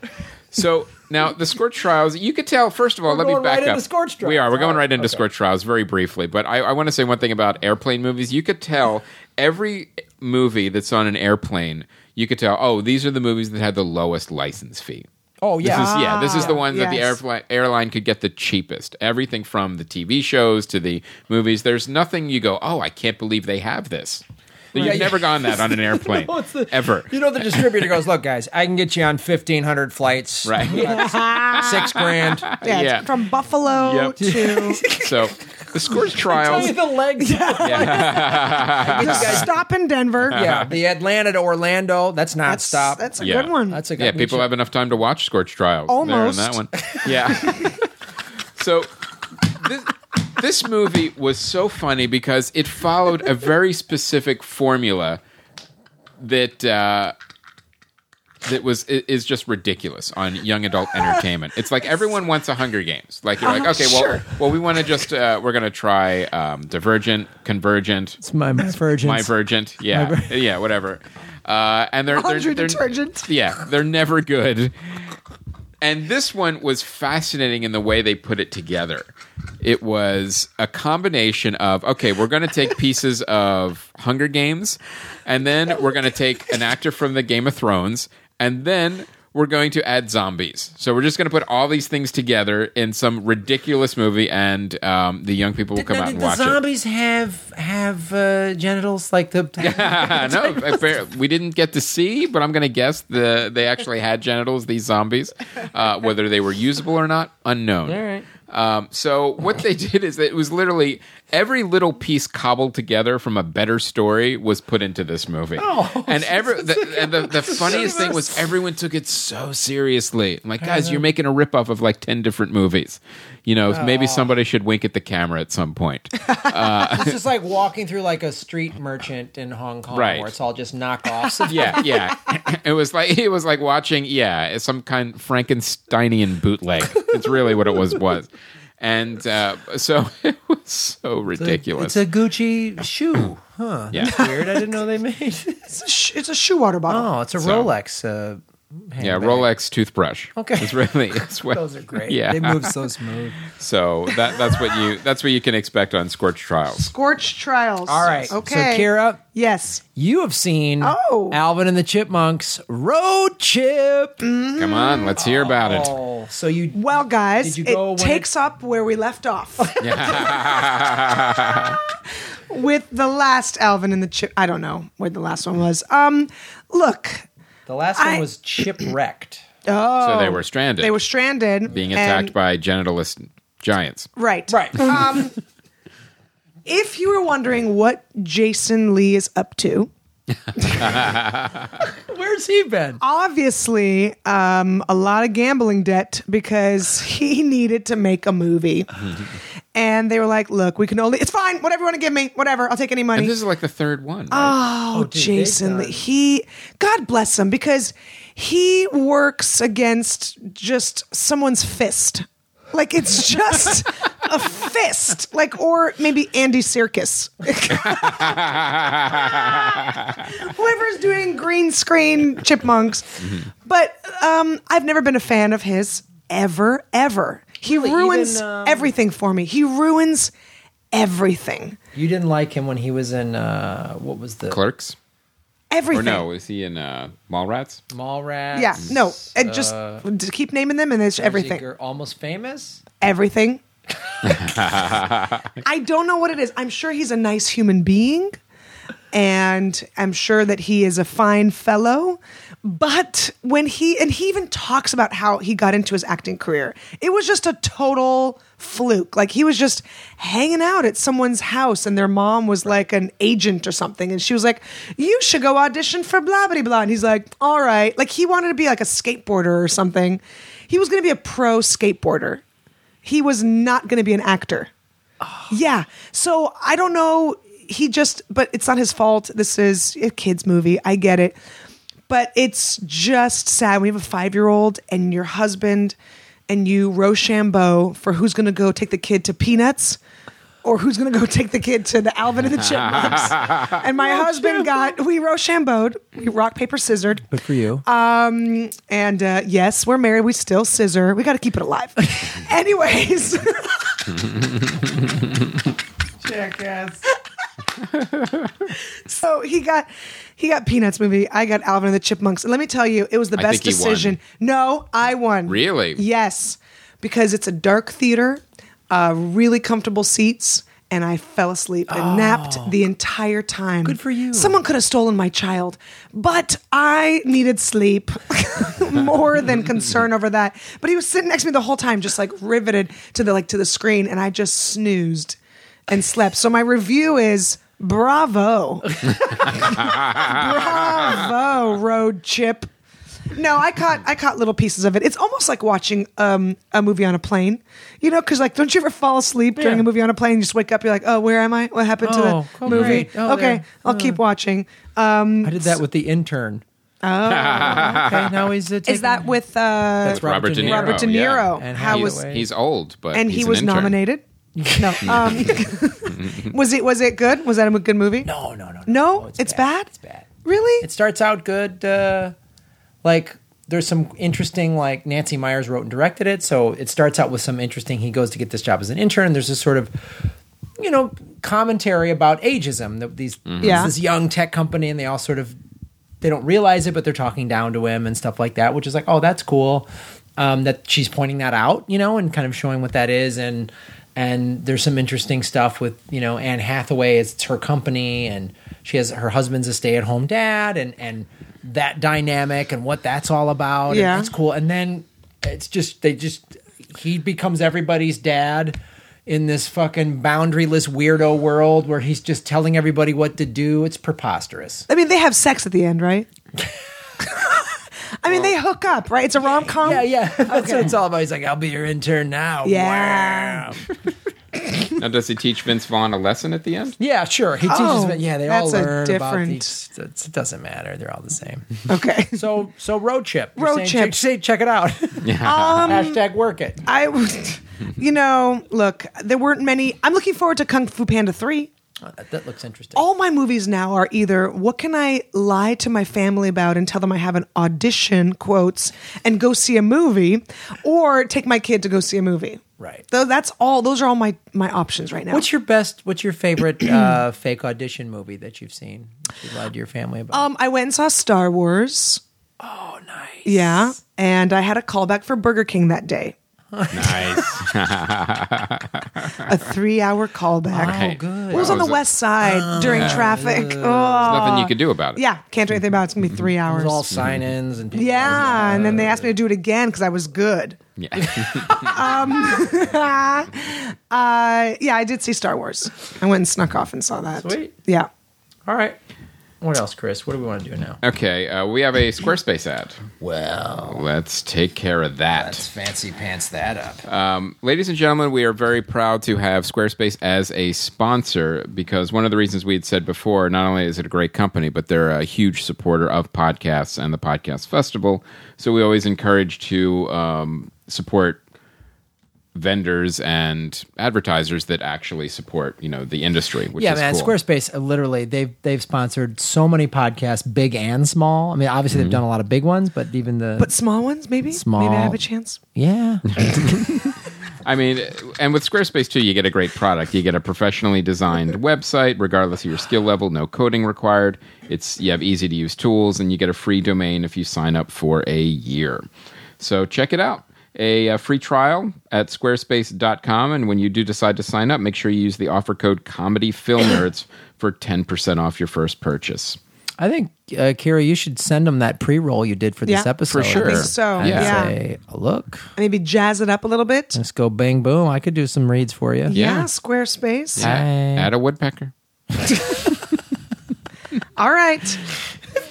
Speaker 3: So now the Scorch Trials, you could tell, first of all, let me
Speaker 1: going
Speaker 3: back
Speaker 1: right
Speaker 3: up.
Speaker 1: into Scorch
Speaker 3: We are.
Speaker 1: Trials.
Speaker 3: We're going
Speaker 1: All
Speaker 3: right
Speaker 1: right.
Speaker 3: into Scorch Trials very briefly. But I, I want to say one thing about airplane movies. You could tell every movie that's on an airplane, you could tell, oh, these are the movies that had the lowest license fee.
Speaker 1: Oh, yeah.
Speaker 3: This is, yeah, this is the ones that the
Speaker 2: yes.
Speaker 3: airplane, airline could get the cheapest. Everything from the TV shows to the movies. There's nothing you go, oh, I can't believe they have this. You've
Speaker 1: Yeah,
Speaker 3: never
Speaker 1: yeah.
Speaker 3: gone that on an airplane
Speaker 1: No, it's the-
Speaker 3: ever.
Speaker 1: You know, the distributor goes, look, guys, I can get you on 1,500 flights.
Speaker 3: Right.
Speaker 1: Six grand.
Speaker 2: yeah, it's
Speaker 3: yeah.
Speaker 2: from buffalo
Speaker 3: Yep.
Speaker 2: to
Speaker 3: So the Scorch Trials.
Speaker 1: the legs.
Speaker 3: Uh-huh.
Speaker 1: Yeah.
Speaker 2: stop in denver
Speaker 1: yeah. The Atlanta to Orlando. That's not
Speaker 2: that's
Speaker 1: stop.
Speaker 2: that's a
Speaker 3: Yeah.
Speaker 2: good one
Speaker 1: That's a good
Speaker 3: Yeah,
Speaker 1: we
Speaker 3: people
Speaker 1: should-
Speaker 3: have enough time to watch Scorch Trials.
Speaker 2: Almost.
Speaker 3: There on that one. Yeah. so this, this movie was so funny because it followed a very specific formula that uh, that was i- is just ridiculous on young adult entertainment. It's like everyone wants a Hunger Games. Like you're like,
Speaker 1: Uh-huh.
Speaker 3: okay, well, well, we want to just uh, we're gonna try um, Divergent, Convergent,
Speaker 1: It's my virgin.
Speaker 3: my Virgent. Yeah, yeah, whatever. Uh, and they're they're,
Speaker 2: Laundry
Speaker 3: they're
Speaker 2: detergent.
Speaker 3: Yeah, they're never good. And this one was fascinating in the way they put it together. It was a combination of okay, we're going to take pieces of Hunger Games, and then we're going to take an actor from the Game of Thrones, and then we're going to add zombies. So we're just going to put all these things together in some ridiculous movie, and um, the young people will come
Speaker 1: Now,
Speaker 3: out
Speaker 1: did
Speaker 3: and
Speaker 1: the
Speaker 3: watch it.
Speaker 1: zombies have have uh, genitals like the
Speaker 3: no, appar- we didn't get to see, but I'm going to guess the they actually had genitals. These zombies, uh, whether they were usable or not, unknown. All right. Um, so what they did is that it was literally every little piece cobbled together from a better story was put into this movie. Oh, and every the, and the, the funniest thing was everyone took it so seriously. I'm like, guys, you're making a ripoff of like ten different movies. You know, maybe somebody should wink at the camera at some point.
Speaker 1: It's just like walking through like a street merchant in Hong Kong
Speaker 3: Right.
Speaker 1: where it's all just knockoffs. of-
Speaker 3: yeah, yeah. It was like it was like watching, yeah, it's some kind Frankensteinian bootleg. It's really what it was was, and uh, so it was so ridiculous.
Speaker 1: It's a Gucci shoe. Huh.
Speaker 3: Yeah.
Speaker 1: That's weird. I didn't know they made.
Speaker 2: It's a, sh- it's a shoe water bottle.
Speaker 1: Oh, it's a
Speaker 3: So-
Speaker 1: Rolex. Uh,
Speaker 3: yeah,
Speaker 1: handbag.
Speaker 3: Rolex toothbrush.
Speaker 1: Okay.
Speaker 3: it's really it's what,
Speaker 1: Those are great.
Speaker 3: Yeah.
Speaker 1: They move so smooth.
Speaker 3: So that that's what you that's what you can expect on Scorch Trials.
Speaker 2: Scorched trials.
Speaker 1: All right.
Speaker 2: Okay.
Speaker 1: So, Kira,
Speaker 2: Yes.
Speaker 1: you have seen
Speaker 2: Oh.
Speaker 1: Alvin and the Chipmunks Road Chip.
Speaker 3: Come on, let's hear about it.
Speaker 1: Oh, so you.
Speaker 2: Well, guys,
Speaker 1: Did you go
Speaker 2: it
Speaker 1: when
Speaker 2: takes up where we left off. With the last Alvin and the Chip. I don't know where the last one was. Um, look.
Speaker 1: The last one
Speaker 2: I-
Speaker 1: was Chipwrecked.
Speaker 2: Oh,
Speaker 3: So they were stranded,
Speaker 2: they were stranded,
Speaker 3: being attacked
Speaker 2: and-
Speaker 3: by genitalist giants.
Speaker 2: Right.
Speaker 1: Right.
Speaker 2: Um, if you were wondering what Jason Lee is up to,
Speaker 1: Where's he been?
Speaker 2: obviously um, a lot of gambling debt because he needed to make a movie. and they were like, look, we can only, it's fine, whatever you want to give me, whatever, I'll take any money.
Speaker 3: And this is like the third one. right?
Speaker 1: Oh, dude, they've
Speaker 2: Jason
Speaker 1: done-
Speaker 2: Lee. He, God bless him, because he works against just someone's fist. Like it's just a fist, like or maybe Andy Circus, whoever's doing green screen chipmunks.
Speaker 1: Mm-hmm.
Speaker 2: But um, I've never been a fan of his ever, ever. He ruins
Speaker 1: Even, um,
Speaker 2: everything for me. He ruins everything.
Speaker 1: You didn't like him when he was in uh, what was the
Speaker 3: Clerks. Or
Speaker 2: Everything.
Speaker 3: no, is he in uh, Mallrats?
Speaker 1: Mallrats?
Speaker 2: Yeah, no, it just
Speaker 1: uh,
Speaker 2: just keep naming them and it's everything.
Speaker 1: You're almost famous.
Speaker 2: Everything. I don't know what it is. I'm sure he's a nice human being and I'm sure that he is a fine fellow. But when he and he even talks about how he got into his acting career, it was just a total fluke. Like he was just hanging out at someone's house, and their mom was like an agent or something, and she was like, "You should go audition for blah blah blah." And he's like, "All right." Like he wanted to be like a skateboarder or something. He was going to be a pro skateboarder. He was not going to be an actor. Yeah. So I don't know. He just, but it's not his fault. This is a kid's movie. I get it. But it's just sad. We have a five year old and your husband and you Rochambeau for who's going to go take the kid to Peanuts or who's going to go take the kid to the Alvin and the Chipmunks. and my husband got, we Rochambeau'd, we rock, paper, scissored.
Speaker 1: Good for you.
Speaker 2: And uh, yes, we're married. We still scissor. We got to keep it alive. Anyways. Jackass. so he got he got Peanuts movie. I got Alvin and the Chipmunks. And let me tell you, it was the
Speaker 3: I
Speaker 2: best
Speaker 3: think he won.
Speaker 2: decision. No, I won.
Speaker 3: Really?
Speaker 2: Yes, because it's a dark theater, uh, really comfortable seats. And I fell asleep and napped the entire time. Good
Speaker 1: Oh. for you.
Speaker 2: Someone could have stolen my child, but I needed sleep more than concern over that. But he was sitting next to me the whole time, just like riveted to the like to the screen, and I just snoozed and slept. So my review is bravo, bravo, Oh, road chip. No, I caught I caught little pieces of it. It's almost like watching um, a movie on a plane, you know, because like, don't you ever fall asleep during
Speaker 1: Yeah.
Speaker 2: a movie on a plane? You just wake up, you're like, oh, where am I? What happened
Speaker 1: Oh,
Speaker 2: to the movie?
Speaker 1: great. Oh,
Speaker 2: okay,
Speaker 1: there.
Speaker 2: I'll keep watching. Um,
Speaker 1: I did that with the intern. Oh, okay. Now he's a
Speaker 2: is that with uh,
Speaker 1: That's Robert De Niro.
Speaker 2: Robert De
Speaker 3: Oh, yeah.
Speaker 2: Niro?
Speaker 1: And
Speaker 2: How
Speaker 1: Hathaway.
Speaker 2: was
Speaker 1: He's-
Speaker 3: He's old, but
Speaker 2: and
Speaker 3: he's
Speaker 2: he
Speaker 3: an
Speaker 2: was
Speaker 3: intern.
Speaker 2: nominated? No, um, was it was it good? Was that a good movie?
Speaker 1: No, no, no,
Speaker 2: No? It's bad?
Speaker 1: It's bad.
Speaker 2: really.
Speaker 1: It starts out good. Uh, like there's some interesting. Like Nancy Myers wrote and directed it, so it starts out with some interesting. He goes to get this job as an intern. There's this sort of you know commentary about ageism. That these
Speaker 2: Yeah.
Speaker 1: it's this young tech company, and they all sort of they don't realize it, but they're talking down to him and stuff like that, which is like, oh, that's cool. Um, that she's pointing that out, you know, and kind of showing what that is, and and there's some interesting stuff with you know Anne Hathaway. It's, it's her company, and she has her husband's a stay at home dad, and and that dynamic and what that's all about.
Speaker 2: Yeah.
Speaker 1: and it's cool. And then it's just they just he becomes everybody's dad in this fucking boundaryless weirdo world where he's just telling everybody what to do. It's preposterous.
Speaker 2: I mean, they have sex at the end, right? I mean, they hook up, right? It's a rom com.
Speaker 1: Yeah, yeah. That's what it's all about. He's like, I'll be your intern now.
Speaker 2: Yeah.
Speaker 1: Wow.
Speaker 3: Now, does he teach Vince Vaughn a lesson at the end?
Speaker 1: Yeah, sure. He teaches
Speaker 2: Oh,
Speaker 1: but yeah, they all
Speaker 2: that's a
Speaker 1: learn about
Speaker 2: different-
Speaker 1: these it's- it doesn't matter. They're all the same.
Speaker 2: Okay.
Speaker 1: So so road trip. You're
Speaker 2: Road
Speaker 1: saying,
Speaker 2: trip. Um,
Speaker 1: Check, say, check it out. Hashtag work it.
Speaker 2: I, was- you know, look, there weren't many. I'm looking forward to Kung Fu Panda 3.
Speaker 1: Oh, that, that looks interesting.
Speaker 2: All my movies now are either what can I lie to my family about and tell them I have an audition, quotes, and go see a movie, or take my kid to go see a movie.
Speaker 1: Right.
Speaker 2: Though that's all, those are all my, my options right now.
Speaker 1: What's your best? What's your favorite uh, fake audition movie that you've seen? that You lied to your family about.
Speaker 2: Um, I went and saw Star Wars.
Speaker 1: oh, nice.
Speaker 2: Yeah. And I had a callback for Burger King that day.
Speaker 3: Nice.
Speaker 2: A three hour
Speaker 1: Oh,
Speaker 2: callback.
Speaker 1: good.
Speaker 2: It was on the
Speaker 3: That
Speaker 2: west side during traffic. Oh.
Speaker 3: Nothing you could do about it.
Speaker 2: Yeah. Can't do anything about it. It's going to be three
Speaker 1: Mm-hmm. It
Speaker 2: hours.
Speaker 1: was all sign-ins and people
Speaker 2: yeah. And then they asked me to do it again because I was good.
Speaker 3: Yeah.
Speaker 2: uh, yeah, I did see Star Wars. I went and snuck off and saw that.
Speaker 1: Sweet.
Speaker 2: Yeah.
Speaker 1: All right. What else, Chris? What do we want to do now?
Speaker 3: okay. Uh, we have a Squarespace ad.
Speaker 1: Well,
Speaker 3: Let's take care of that. Um,
Speaker 1: fancy pants that up.
Speaker 3: Ladies and gentlemen, we are very proud to have Squarespace as a sponsor because one of the reasons we had said before, not only is it a great company, but they're a huge supporter of podcasts and the Podcast Festival. So we always encourage to um, support vendors and advertisers that actually support, you know, the industry. Which
Speaker 1: yeah,
Speaker 3: is
Speaker 1: man.
Speaker 3: cool.
Speaker 1: Squarespace, uh, literally, they've they've sponsored so many podcasts, big and small. I mean, obviously,
Speaker 3: Mm-hmm.
Speaker 1: they've done a lot of big ones, but even the
Speaker 2: But small ones, maybe?
Speaker 1: Small.
Speaker 2: Maybe I have a chance.
Speaker 1: yeah,
Speaker 3: I mean, and with Squarespace too, you get a great product. You get a professionally designed website, regardless of your skill level. No coding required. It's you have easy to use tools, and you get a free domain if you sign up for a year. So check it out. A, uh free trial at squarespace.com, and when you do decide to sign up, make sure you use the offer code Comedy Film Nerds for ten percent off your first purchase.
Speaker 1: I think uh, Kira, you should send them that pre roll you did for this
Speaker 2: Yeah,
Speaker 1: episode.
Speaker 3: for sure. I think
Speaker 2: so,
Speaker 1: And
Speaker 2: yeah.
Speaker 1: say, look,
Speaker 2: Maybe jazz it up a little bit.
Speaker 1: let's go bang boom. I could do some reads for you.
Speaker 2: Yeah,
Speaker 3: Yeah.
Speaker 2: Squarespace.
Speaker 3: Add, add a woodpecker.
Speaker 2: All right.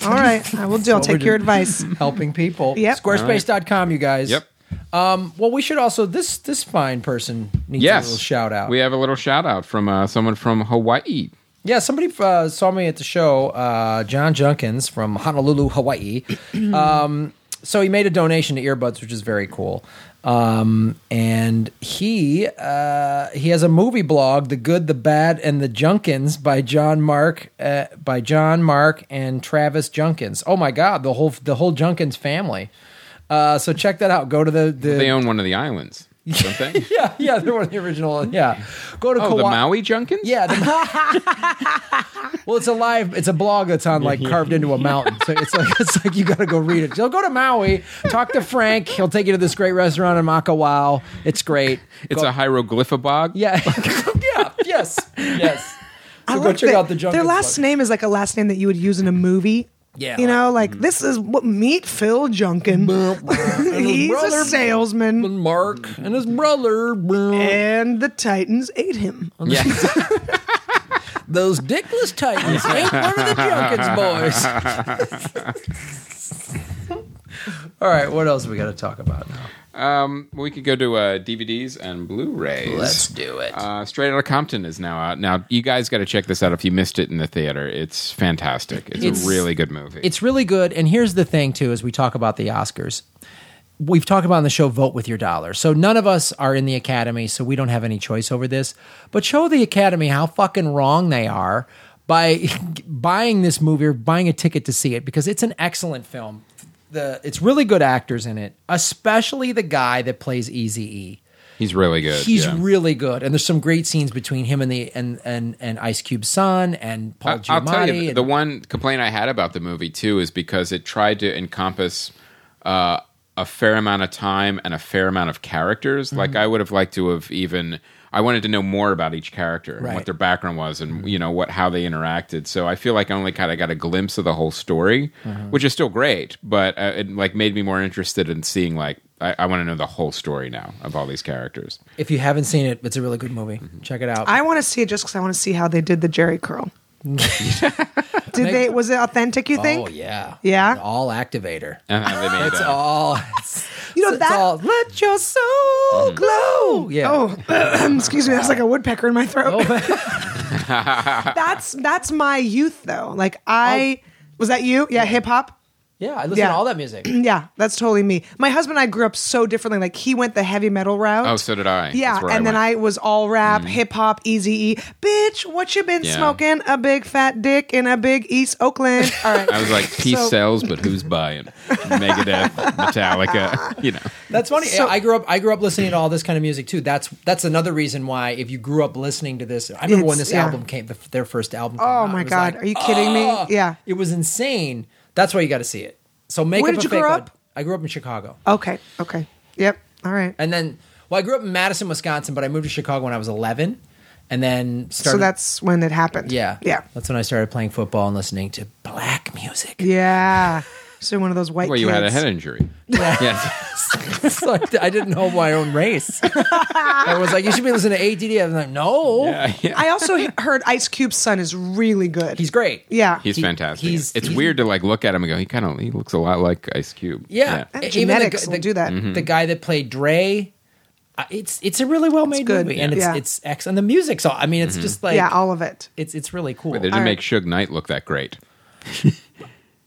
Speaker 2: All right. I will do. I'll take your advice.
Speaker 1: helping people.
Speaker 2: Yep.
Speaker 1: Squarespace.com, you guys.
Speaker 3: Yep.
Speaker 1: Um, well, we should also this this fine person needs a
Speaker 3: Yes,
Speaker 1: little shout out.
Speaker 3: We have a little shout out from uh, someone from Hawaii.
Speaker 1: Yeah, somebody uh, saw me at the show, uh, John Junkins from Honolulu, Hawaii. um, so he made a donation to Earbuds, which is very cool. Um, and he uh, he has a movie blog, The Good, the Bad, and the Junkins by John Mark uh, by John Mark and Travis Junkins. Oh my God, the whole the whole Junkins family. Uh, so check that out. Go to the, the
Speaker 3: They own one of the islands, don't they?
Speaker 1: yeah yeah they're one of the original yeah. Go to
Speaker 3: Oh, the
Speaker 1: Kauai-
Speaker 3: Maui Junkins?
Speaker 1: Yeah. the- well, it's a live. It's a blog that's on like carved into a mountain. So it's like it's like you got to go read it. So go to Maui, talk to Frank. He'll take you to this great restaurant in Makawao. It's great.
Speaker 3: It's a hieroglyphobog.
Speaker 1: Yeah. yeah. Yes. Yes. So
Speaker 2: I
Speaker 1: go
Speaker 2: like
Speaker 1: check
Speaker 2: that
Speaker 1: out the Jungle
Speaker 2: Their last
Speaker 1: Book.
Speaker 2: name is like a last name that you would use in a movie.
Speaker 1: Yeah,
Speaker 2: You know, like this is what meet Phil Junkin. He's
Speaker 1: brother-
Speaker 2: a salesman,
Speaker 1: Mark and his brother.
Speaker 2: and the Titans ate him.
Speaker 3: Yeah.
Speaker 1: Those dickless titans ain't one of the Junkins boys. All right, what else we got to talk about now?
Speaker 3: um, we could go to uh, DVDs and Blu-rays.
Speaker 1: do it.
Speaker 3: Uh, Straight Outta Compton is now out. Now you guys got to check this out if you missed it in the theater. It's fantastic. It's,
Speaker 1: It's-
Speaker 3: a really good movie.
Speaker 1: it's really good. And here's the thing, too, as we talk about the Oscars, we've talked about on the show vote with your dollar. So none of us are in the Academy, so we don't have any choice over this. But show the Academy how fucking wrong they are by buying this movie or buying a ticket to see it because it's an excellent film. The it's really good actors in it, especially the guy that plays Easy E.
Speaker 3: He's really good.
Speaker 1: He's
Speaker 3: yeah.
Speaker 1: really good, and there's some great scenes between him and the and and and Ice Cube's son and Paul
Speaker 3: I- I'll tell you,
Speaker 1: Giamatti. and-
Speaker 3: the one complaint I had about the movie too is because it tried to encompass uh, a fair amount of time and a fair amount of characters. Like I would have liked to have even. I wanted to know more about each character and
Speaker 1: Right.
Speaker 3: what their background was and you know what how they interacted. So I feel like I only kind of got a glimpse of the whole story, which is still great, but uh, it like made me more interested in seeing like I, I want to know the whole story now of all these characters.
Speaker 1: if you haven't seen it, it's a really good movie. Check it out.
Speaker 2: I want to see it just because I want to see how they did the Jerry curl. did they? Was it authentic? You think?
Speaker 1: oh yeah,
Speaker 2: Yeah?
Speaker 1: all activator.
Speaker 3: And they made,
Speaker 1: It's
Speaker 3: uh,
Speaker 1: all. It's,
Speaker 2: You know
Speaker 1: it's
Speaker 2: that-
Speaker 1: all, Let your soul glow. Yeah. Oh,
Speaker 2: Oh, excuse me. That's like a woodpecker in my throat. that's that's my youth though. Like
Speaker 1: Oh.
Speaker 2: I was that you? Yeah, hip hop.
Speaker 1: yeah. I listen
Speaker 2: Yeah.
Speaker 1: to all that music.
Speaker 2: Yeah, that's totally me. My husband and I grew up so differently. Like he went the heavy metal route.
Speaker 3: oh, so did I.
Speaker 2: yeah,
Speaker 3: That's where
Speaker 2: and then
Speaker 3: went. Mm-hmm.
Speaker 2: I was all rap, hip hop, easy E. Bitch, what you been
Speaker 3: Yeah.
Speaker 2: smoking? A big fat dick in a big East Oakland. All right.
Speaker 3: I was like, peace
Speaker 2: So-
Speaker 3: sells, but who's buying? Megadeth, Metallica, you know.
Speaker 1: That's funny.
Speaker 2: So-
Speaker 1: I grew up. I grew up listening to all this kind of music too. That's that's another reason why if you grew up listening to this, I remember when
Speaker 2: It's-
Speaker 1: this
Speaker 2: yeah.
Speaker 1: album came, the, their first album.
Speaker 2: Oh my god, are you kidding me? Yeah.
Speaker 1: It was insane. That's why you got to see it. So make
Speaker 2: Where
Speaker 1: up
Speaker 2: did
Speaker 1: a
Speaker 2: you
Speaker 1: fake
Speaker 2: grow
Speaker 1: one.
Speaker 2: up?
Speaker 1: I grew up in Chicago,
Speaker 2: Okay. Okay. Yep. All right.
Speaker 1: and then well, I grew up in Madison, Wisconsin, but I moved to Chicago when I was 11, and then started.
Speaker 2: so that's when it happened.
Speaker 1: yeah,
Speaker 2: Yeah.
Speaker 1: That's when I started playing football and listening to black music.
Speaker 2: Yeah. So one of those white
Speaker 3: Well, you had a
Speaker 2: kids.
Speaker 3: head injury. Yes.
Speaker 1: It's like, I didn't know my own race. I was like, you should be listening to ADD. I'm like, no,
Speaker 3: Yeah, yeah.
Speaker 2: I also he- heard Ice Cube's son is really good.
Speaker 1: he's great.
Speaker 2: yeah.
Speaker 3: He's
Speaker 1: He-
Speaker 3: fantastic.
Speaker 1: he's-
Speaker 3: it's
Speaker 1: he's-
Speaker 3: weird to like look at him and go, he kind of he looks a lot like Ice Cube.
Speaker 1: Yeah, e-
Speaker 2: Eh,
Speaker 1: even
Speaker 2: genetics
Speaker 1: gu-
Speaker 2: will do
Speaker 3: Mm-hmm.
Speaker 2: that.
Speaker 1: The guy that played Dre, uh, it's it's a really well made
Speaker 2: good.
Speaker 1: movie, and it's
Speaker 2: Yeah.
Speaker 1: it's ex and the music's all. I mean, it's just like
Speaker 2: yeah, all of it.
Speaker 1: it's it's really cool.
Speaker 3: They didn't
Speaker 2: All right.
Speaker 3: make Suge Knight look that great.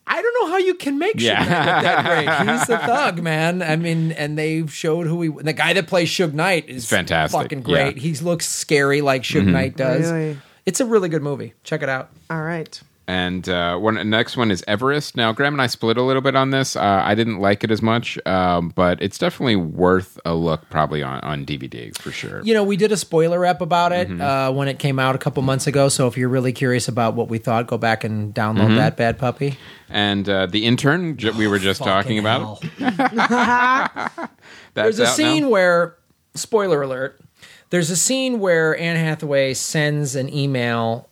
Speaker 1: I don't know how you can make
Speaker 3: Yeah.
Speaker 1: Suge Knight look that great. He's a thug, man. I mean, and they showed who he. The guy that plays Suge Knight is
Speaker 3: Fantastic,
Speaker 1: fucking great.
Speaker 3: yeah. Mm-hmm.
Speaker 1: He looks scary like Suge Knight does.
Speaker 2: Really?
Speaker 1: It's a really good movie. Check it out.
Speaker 2: All right.
Speaker 3: And uh, one next one is Everest. Now, Graham and I split a little bit on this. Uh, I didn't like it as much, um, but it's definitely worth a look, probably on, on DVD for sure.
Speaker 1: you know, we did a spoiler ep about it
Speaker 3: Mm-hmm.
Speaker 1: uh, when it came out a couple months ago. So if you're really curious about what we thought, go back and download that bad puppy.
Speaker 3: And uh, the intern j- we Mm-hmm. were just talking about. That's
Speaker 1: There's a
Speaker 3: out now.
Speaker 1: scene where, spoiler alert, there's a scene where Anne Hathaway sends an email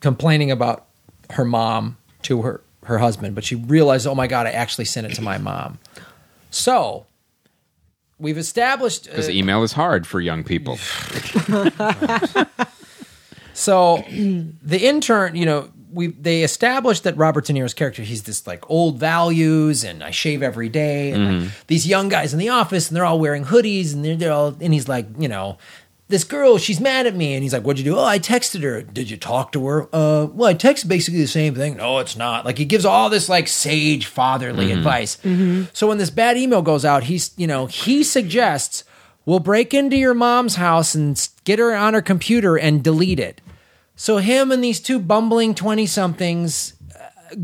Speaker 1: complaining about her mom to her, her husband, but she realized, oh my God, I actually sent it to my mom. So we've established.
Speaker 3: Because
Speaker 1: uh,
Speaker 3: email is hard for young people.
Speaker 1: So the intern, you know, we they established that Robert De Niro's character, he's this like old values and I shave every day and like, these young guys in the office and they're all wearing hoodies and they're, they're all and he's like, you know, this girl, she's mad at me and he's like, "What'd you do?" "Oh, I texted her." "Did you talk to her?" "Uh, well, I texted basically the same thing." "No, it's not." Like he gives all this like sage fatherly advice. So when this bad email goes out, he's, you know, he suggests We'll break into your mom's house and s- get her on her computer and delete it. So him and these two bumbling 20 somethings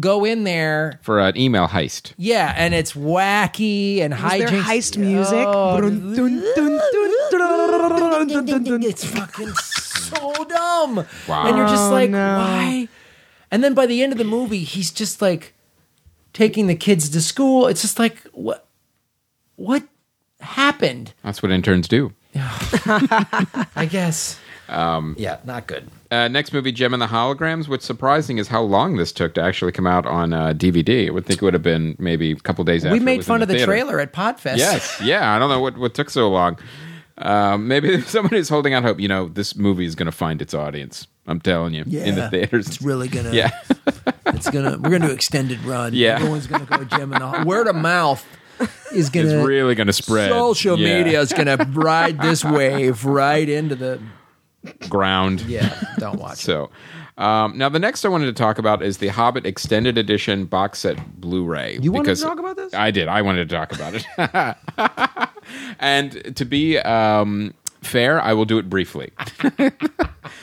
Speaker 1: go in there.
Speaker 3: for an email heist.
Speaker 1: Yeah, and it's wacky and
Speaker 2: Was there
Speaker 1: hijinks.
Speaker 2: heist music?
Speaker 1: Oh.
Speaker 2: Brun, dun, dun, dun, dun, dun, dun, dun, dun.
Speaker 1: It's fucking so dumb.
Speaker 3: Wow.
Speaker 1: And you're just
Speaker 2: Oh,
Speaker 1: like,
Speaker 2: no.
Speaker 1: why? And then by the end of the movie, he's just like taking the kids to school. It's just like, what? What happened?
Speaker 3: That's what interns do.
Speaker 1: I guess. Um, yeah, not good.
Speaker 3: Uh, next movie, Gem and the Holograms. What's surprising is how long this took to actually come out on uh, DVD. I would think it would have been maybe a couple days after.
Speaker 1: We
Speaker 3: it
Speaker 1: made
Speaker 3: was
Speaker 1: fun
Speaker 3: in
Speaker 1: of the
Speaker 3: theater.
Speaker 1: trailer at Podfest.
Speaker 3: Yes, yeah. I don't know what, what took so long. Um, maybe someone is holding out hope. You know, this movie is going to find its audience. I'm telling you, in the
Speaker 1: Yeah.
Speaker 3: theaters.
Speaker 1: It's really gonna.
Speaker 3: yeah,
Speaker 1: It's gonna. We're gonna do extended run.
Speaker 3: Yeah.
Speaker 1: Everyone's gonna go gym and all. Word of mouth is gonna.
Speaker 3: it's really going to spread.
Speaker 1: Social
Speaker 3: Yeah.
Speaker 1: media is gonna ride this wave right into the.
Speaker 3: ground.
Speaker 1: Yeah. Don't watch. it.
Speaker 3: So, um, now the next I wanted to talk about is the Hobbit Extended Edition box set Blu-ray. You
Speaker 1: wanted to talk about this?
Speaker 3: I did. I wanted to talk about it. and to be um, fair, I will do it briefly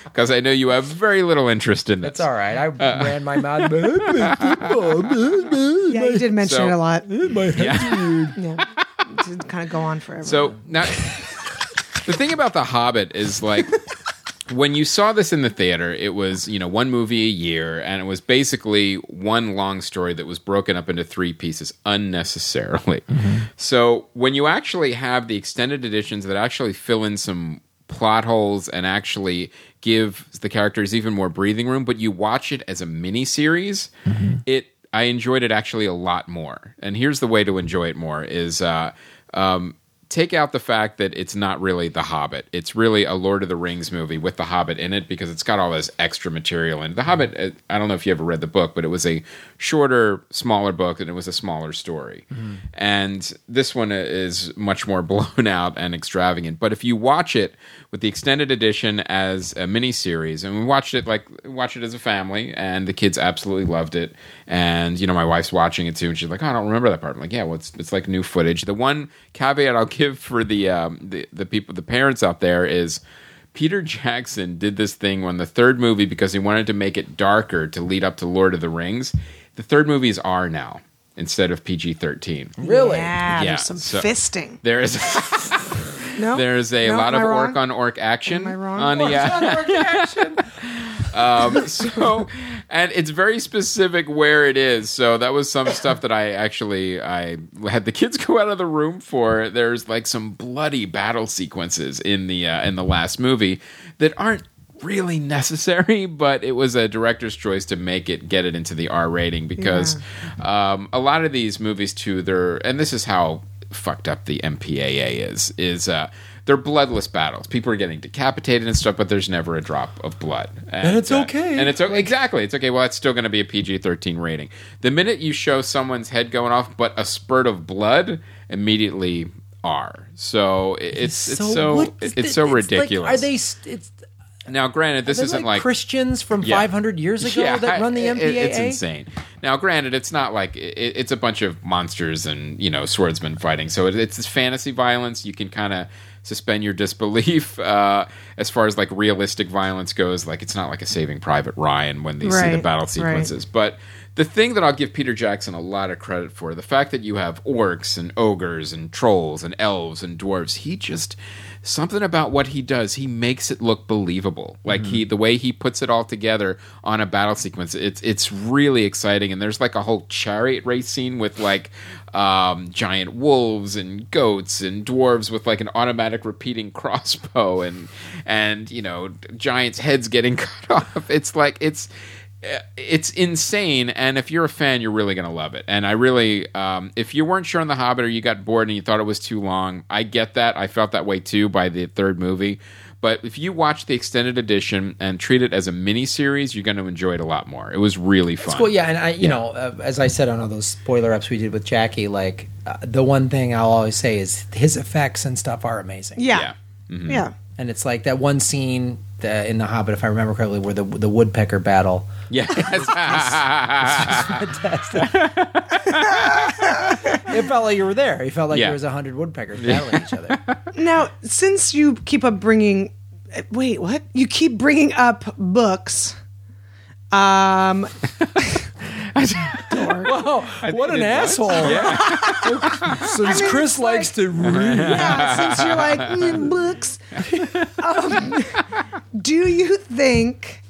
Speaker 3: because I know you have very little interest in this.
Speaker 1: It's all right. I
Speaker 3: Uh.
Speaker 1: ran my mouth.
Speaker 2: Yeah, you did mention
Speaker 3: So-
Speaker 2: it a lot.
Speaker 1: My head-
Speaker 2: Yeah. It did kind of go on forever.
Speaker 3: So now. The thing about The Hobbit is like when you saw this in the theater, it was, you know, one movie a year and it was basically one long story that was broken up into three pieces unnecessarily. So, when you actually have the extended editions that actually fill in some plot holes and actually give the characters even more breathing room, but you watch it as a mini series, it I enjoyed it actually a lot more. And here's the way to enjoy it more is uh um take out the fact that it's not really The Hobbit. It's really a Lord of the Rings movie with The Hobbit in it because it's got all this extra material. And The Hobbit, uh, I don't know if you ever read the book, but it was a shorter, smaller book and it was a smaller story. And this one is much more blown out and extravagant. But if you watch it with the extended edition as a miniseries, and we watched it like watched it as a family, and the kids absolutely loved it. And you know, my wife's watching it too, and she's like, "Oh, I don't remember that part." I'm like, "Yeah, well, it's it's like new footage." The one caveat I'll give for the um, the the people, the parents out there is. Peter Jackson did this thing on the third movie because he wanted to make it darker to lead up to Lord of the Rings. The third movie is R now instead of PG 13.
Speaker 1: Really?
Speaker 2: Yeah,
Speaker 3: Yeah,
Speaker 2: there's some
Speaker 3: so-
Speaker 2: fisting.
Speaker 3: There is
Speaker 2: No,
Speaker 3: there's a
Speaker 2: No,
Speaker 3: lot
Speaker 2: am
Speaker 3: of
Speaker 2: I wrong?
Speaker 3: orc on orc action
Speaker 2: Am I wrong?
Speaker 3: on the uh, um, so and it's very specific where it is so that was some stuff that i actually i had the kids go out of the room for there's like some bloody battle sequences in the uh, in the last movie that aren't really necessary but it was a director's choice to make it get it into the r rating because um, a lot of these movies too they're and this is how fucked up the MPAA is is uh they're bloodless battles. People are getting decapitated and stuff, but there's never a drop of blood. And,
Speaker 1: it's
Speaker 3: uh,
Speaker 1: okay.
Speaker 3: and it's o- exactly it's okay. Well, it's still going to be a PG-13 rating. The minute you show someone's head going off, but a spurt of blood, immediately R. So it, it's it's so
Speaker 1: what-
Speaker 3: it- it's, so
Speaker 1: like,
Speaker 3: ridiculous.
Speaker 1: are they? s- It's
Speaker 3: now, granted, this
Speaker 1: they're
Speaker 3: isn't like,
Speaker 1: Christians from
Speaker 3: Yeah.
Speaker 1: 500 years ago that run the
Speaker 3: it-
Speaker 1: MPAA.
Speaker 3: it- it's insane. Now, granted, it's not like it, it's a bunch of monsters and you know swordsmen fighting, so it, it's this fantasy violence. You can kind of suspend your disbelief uh, as far as like realistic violence goes. Like it's not like a Saving Private Ryan when they see the
Speaker 2: Right,
Speaker 3: battle
Speaker 2: right.
Speaker 3: sequences, but. The thing that I'll give Peter Jackson a lot of credit for, the fact that you have orcs and ogres and trolls and elves and dwarves, he just something about what he does, he makes it look believable. Like he the way he puts it all together on a battle sequence, it's it's really exciting and there's like a whole chariot race scene with like um, giant wolves and goats and dwarves with like an automatic repeating crossbow and and you know giants heads getting cut off. It's like it's Uh, it's insane and if you're a fan you're really going to love it and i really um, if you weren't sure on the hobbit or you got bored and you thought it was too long i get that i felt that way too by the third movie but if you watch the extended edition and treat it as a mini series you're going to enjoy it a lot more it was really fun
Speaker 1: Well, yeah, and I, you know, uh, as I said on all those spoiler ups we did with Jackie, like uh, the one thing I'll always say is his effects and stuff are amazing.
Speaker 2: yeah,
Speaker 3: yeah. Mm-hmm.
Speaker 2: yeah.
Speaker 1: and it's like that one scene uh, in The Hobbit, if I remember correctly, where the the woodpecker battle.
Speaker 3: Yes.
Speaker 1: It felt like you were there. It felt like
Speaker 3: Yeah.
Speaker 1: there was a hundred woodpeckers battling each other.
Speaker 2: Now, since you keep up bringing, eh, wait, what? You keep bringing up books. Um,
Speaker 1: Oh, what an asshole! Since Chris likes to read,
Speaker 2: yeah, since you're like mm, books. Um, do you think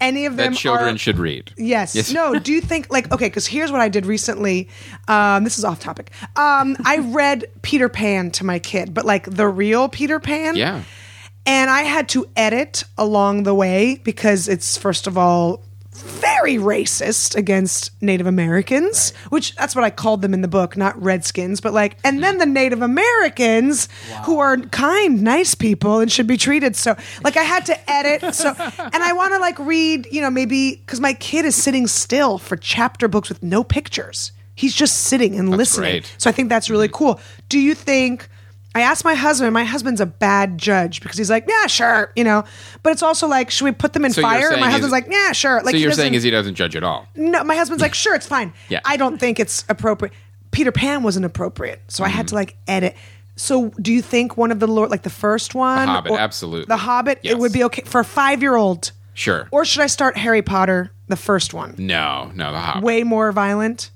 Speaker 2: any of them
Speaker 3: that children
Speaker 2: are,
Speaker 3: should read
Speaker 2: Yes. No. Do you think like okay? Because here's what I did recently. Um, this is off topic. Um, I read Peter Pan to my kid, but like the real Peter Pan.
Speaker 3: yeah
Speaker 2: And I had to edit along the way because it's first of all very racist against Native Americans, which that's what I called them in the book, not Redskins, but like, and then the Native Americans who are kind, nice people and should be treated. So, like, I had to edit. So, and I want to like read, you know, maybe because my kid is sitting still for chapter books with no pictures. He's just sitting and listening.
Speaker 3: great.
Speaker 2: So I think that's
Speaker 3: Mm-hmm.
Speaker 2: really cool. Do you think? I asked my husband. My husband's a bad judge because he's like, yeah, sure, you know. But it's also like, should we put them in
Speaker 3: So you're
Speaker 2: fire? And
Speaker 3: saying
Speaker 2: my
Speaker 3: is-
Speaker 2: husband's like, yeah, sure. Like
Speaker 3: so
Speaker 2: he
Speaker 3: you're saying
Speaker 2: doesn't-
Speaker 3: is he doesn't judge at all
Speaker 2: no, my husband's like, sure, it's fine.
Speaker 3: Yeah.
Speaker 2: I don't think it's appropriate. Peter Pan wasn't appropriate, so I had
Speaker 3: Mm-hmm.
Speaker 2: to like edit. So, do you think one of the Lord, like the first one,
Speaker 3: Hobbit,
Speaker 2: or-
Speaker 3: absolutely.
Speaker 2: the Hobbit,
Speaker 3: Yes.
Speaker 2: it would be okay for a five-year-old,
Speaker 3: sure
Speaker 2: or should I start Harry Potter, the first one?
Speaker 3: no no the hobbit
Speaker 2: Way more violent.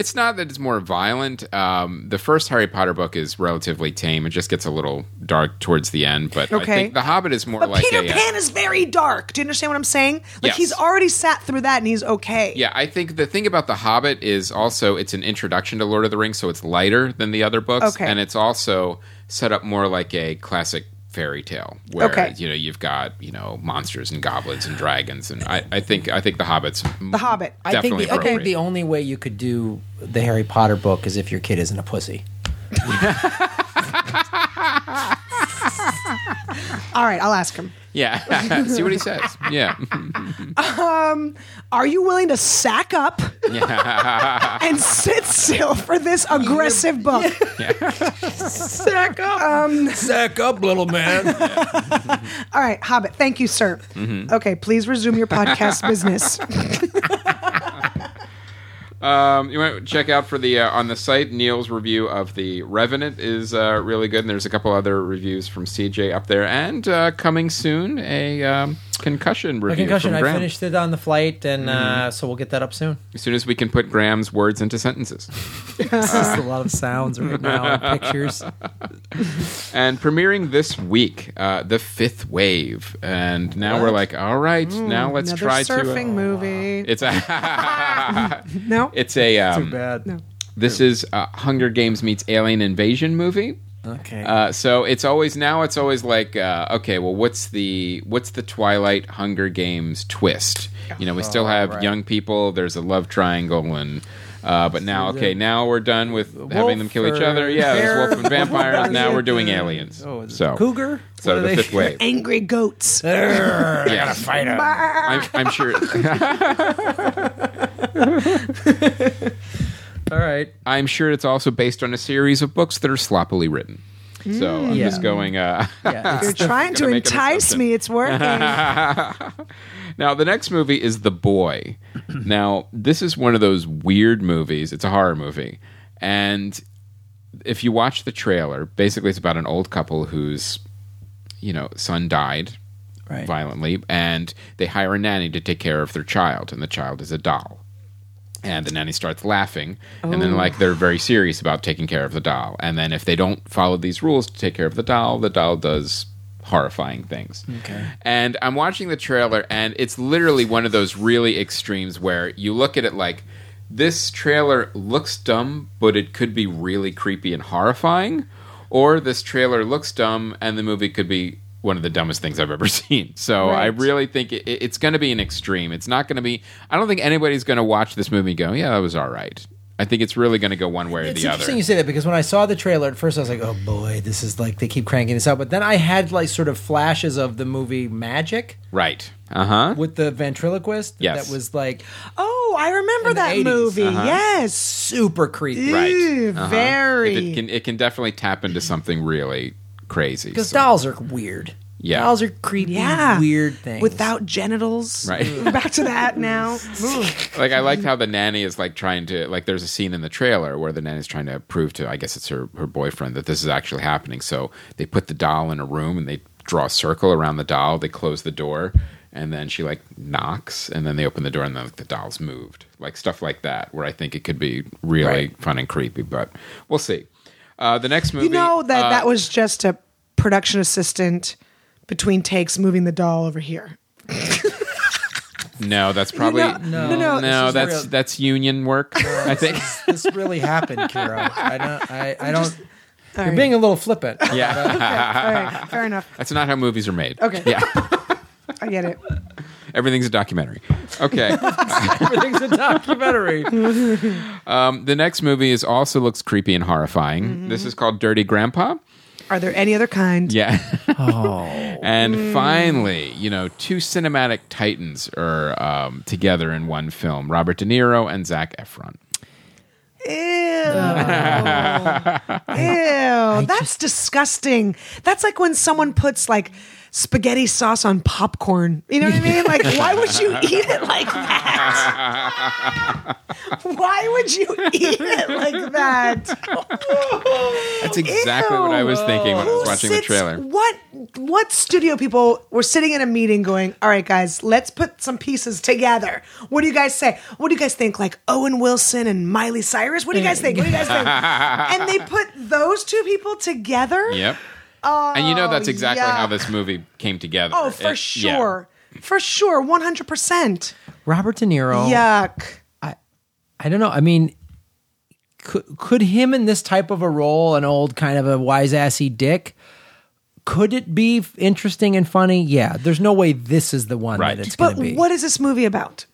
Speaker 3: It's not that it's more violent. Um, the first Harry Potter book is relatively tame. It just gets a little dark towards the end, but I
Speaker 2: Okay.
Speaker 3: think The Hobbit is more
Speaker 2: But
Speaker 3: like
Speaker 2: Peter
Speaker 3: a, uh,
Speaker 2: Pan is very dark. Do you understand what I'm saying? Like
Speaker 3: Yes.
Speaker 2: he's already sat through that and he's okay.
Speaker 3: Yeah, I think the thing about The Hobbit is also it's an introduction to Lord of the Rings, so it's lighter than the other books,
Speaker 2: Okay.
Speaker 3: and it's also set up more like a classic fairy tale where
Speaker 2: Okay.
Speaker 3: you know you've got you know monsters and goblins and dragons, and I, I think I think The Hobbit's
Speaker 2: The Hobbit.
Speaker 1: I think,
Speaker 3: Definitely
Speaker 1: the, I think
Speaker 3: appropriate.
Speaker 1: the only way you could do the Harry Potter book is if your kid isn't a pussy.
Speaker 2: All right, I'll ask him.
Speaker 3: yeah. See what he says. Yeah,
Speaker 2: Are you willing to sack up
Speaker 3: yeah.
Speaker 2: and sit still for this aggressive book? Um,
Speaker 1: Sack up, sack up, little man.
Speaker 2: All right, Hobbit. Thank you, sir.
Speaker 3: Mm-hmm.
Speaker 2: Okay, please resume your podcast business.
Speaker 3: Um, you want to check out for the uh, on the site Neil's review of the Revenant is uh, really good, and there's a couple other reviews from CJ up there, and uh, coming soon a um, concussion review.
Speaker 1: concussion.
Speaker 3: from
Speaker 1: I
Speaker 3: Graham.
Speaker 1: finished it on the flight, and uh, so we'll get that up soon.
Speaker 3: as soon as we can put Graham's words into sentences.
Speaker 1: It's just a lot of sounds right now, and pictures.
Speaker 3: and premiering this week, uh, the Fifth Wave, and now we're like, all right, now let's
Speaker 2: Another
Speaker 3: try
Speaker 2: surfing
Speaker 3: to. uh,
Speaker 2: movie.
Speaker 3: it's a.
Speaker 2: no,
Speaker 3: it's a. Um,
Speaker 1: Bad.
Speaker 3: this is uh, Hunger Games meets Alien Invasion movie.
Speaker 1: Okay.
Speaker 3: Uh, so it's always now it's always like uh, okay well what's the what's the twilight hunger games twist you
Speaker 1: Oh,
Speaker 3: know we still have young people there's a love triangle and uh, but now okay now we're done with having them kill each
Speaker 1: wolf
Speaker 3: other
Speaker 1: or
Speaker 3: yeah there's
Speaker 1: bear.
Speaker 3: wolf and vampires now we're doing
Speaker 1: Uh,
Speaker 3: aliens
Speaker 1: oh, is it
Speaker 3: so
Speaker 1: cougar? What
Speaker 3: so
Speaker 1: are
Speaker 3: the
Speaker 1: they-
Speaker 3: fifth wave
Speaker 2: angry goats.
Speaker 1: Uh,
Speaker 3: yeah fight I'm, I'm sure
Speaker 1: All right.
Speaker 3: I'm sure it's also based on a series of books that are sloppily written so I'm
Speaker 1: Yeah.
Speaker 3: just going uh,
Speaker 1: Yeah.
Speaker 2: You're
Speaker 1: it's-
Speaker 2: trying to
Speaker 3: gonna make an
Speaker 2: entice
Speaker 3: assumption.
Speaker 2: me. It's working.
Speaker 3: Now, the next movie is The Boy. now, this is one of those weird movies. It's a horror movie. And if you watch the trailer, basically it's about an old couple whose, you know, son died
Speaker 1: Right.
Speaker 3: violently, and they hire a nanny to take care of their child, and the child is a doll. And the nanny starts laughing, and then like they're very serious about taking care of the doll. And then if they don't follow these rules to take care of the doll, the doll does horrifying things. Okay. And I'm watching the trailer, and it's literally one of those really extremes where you look at it like this trailer looks dumb, but it could be really creepy and horrifying, or this trailer looks dumb and the movie could be one of the dumbest things I've ever seen. So I really think it, it- it's going to be an extreme. It's not going to be. I don't think anybody's going to watch this movie and go, "Yeah, that was all right." I think it's really going to go one way or
Speaker 1: It's
Speaker 3: the
Speaker 1: interesting
Speaker 3: other.
Speaker 1: you say that because when I saw the trailer at first, I was like, "Oh boy, this is like they keep cranking this out." But then I had like sort of flashes of the movie Magic
Speaker 3: right? Uh huh.
Speaker 1: with the ventriloquist.
Speaker 3: Yes.
Speaker 1: that was like
Speaker 2: oh, I remember
Speaker 1: In the
Speaker 2: that
Speaker 1: 80s,
Speaker 2: movie.
Speaker 1: uh-huh.
Speaker 2: Yes.
Speaker 1: super creepy.
Speaker 3: Right. Uh-huh.
Speaker 2: Ew, Very.
Speaker 3: It, it can it can definitely tap into something really crazy.
Speaker 1: Because
Speaker 3: So-
Speaker 1: dolls are weird.
Speaker 3: Yeah.
Speaker 1: Dolls are creepy,
Speaker 2: yeah.
Speaker 1: weird things.
Speaker 2: Without genitals.
Speaker 3: Right.
Speaker 2: We're back to that now.
Speaker 3: like I liked how the nanny is like trying to like there's a scene in the trailer where the nanny's trying to prove to I guess it's her her boyfriend that this is actually happening. So they put the doll in a room and they draw a circle around the doll, they close the door, and then she like knocks and then they open the door and then like, the doll's moved. Like stuff like that where I think it could be really fun and creepy, but we'll see. Uh, the next movie
Speaker 2: you know that
Speaker 3: uh,
Speaker 2: that was just a production assistant between takes moving the doll over here.
Speaker 3: No, that's probably
Speaker 2: no, no, this
Speaker 1: is
Speaker 3: that's
Speaker 1: real.
Speaker 3: that's union work, I think.
Speaker 1: this really happened, Kira. I don't. I, I don't.
Speaker 2: All
Speaker 1: You're
Speaker 2: right.
Speaker 1: being a little flippant.
Speaker 3: Yeah.
Speaker 2: All right, fair enough.
Speaker 3: that's not how movies are made.
Speaker 2: Okay.
Speaker 3: Yeah.
Speaker 2: I get it.
Speaker 3: Everything's a documentary. Okay.
Speaker 1: Everything's a documentary.
Speaker 3: um, the next movie is also looks creepy and horrifying.
Speaker 2: Mm-hmm.
Speaker 3: This is called Dirty Grandpa.
Speaker 2: Are there any other kind?
Speaker 3: Yeah.
Speaker 2: Oh.
Speaker 3: and finally, you know, two cinematic titans are um, together in one film: Robert De Niro and Zach Efron.
Speaker 2: Ew. Ew. That's disgusting. That's like when someone puts like spaghetti sauce on popcorn. You know what I mean? Like, why would you eat it like that? why would you eat it like that?
Speaker 3: That's exactly what I was thinking when I was
Speaker 2: Who
Speaker 3: watching the
Speaker 2: sits-
Speaker 3: trailer.
Speaker 2: What what studio people were sitting in a meeting going, "All right, guys, let's put some pieces together." What do you guys say? What do you guys think? Like Owen Wilson and Miley Cyrus? What do you guys think? What do you guys think? and they put those two people together.
Speaker 3: Yep. and you know that's
Speaker 2: Oh,
Speaker 3: exactly
Speaker 2: yeah.
Speaker 3: how this movie came together.
Speaker 2: Oh, for
Speaker 3: It- yeah.
Speaker 2: sure. For sure, 100%.
Speaker 1: Robert De Niro.
Speaker 2: Yuck.
Speaker 1: I don't know. I mean, could, could him in this type of a role, an old kind of a wise assy dick, could it be f- interesting and funny? Yeah. There's no way this is the one
Speaker 3: Right.
Speaker 1: that it's going to
Speaker 2: But
Speaker 1: be.
Speaker 2: what is this movie about?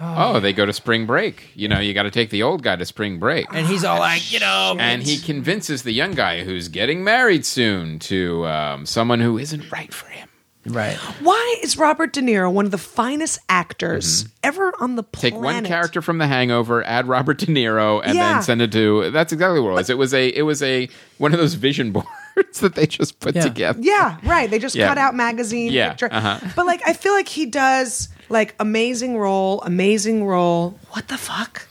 Speaker 3: Oh, they go to spring break. You know, you got to take the old guy to spring break.
Speaker 1: and he's all like, you know,
Speaker 3: And he convinces the young guy who's getting married soon to um, someone who isn't right for him.
Speaker 1: right.
Speaker 2: Why is Robert De Niro one of the finest actors ever on the planet?
Speaker 3: Mm-hmm. Take one character from The Hangover, add Robert De Niro, and
Speaker 2: Yeah.
Speaker 3: then send it to. That's exactly what it was. It was a. It was a one of those vision boards that they just put
Speaker 1: Yeah.
Speaker 3: together.
Speaker 2: Yeah, right. They just
Speaker 3: Yeah.
Speaker 2: cut out magazine
Speaker 3: Yeah,
Speaker 2: picture.
Speaker 3: uh-huh.
Speaker 2: But like I feel like he does like amazing role, amazing role. What the fuck?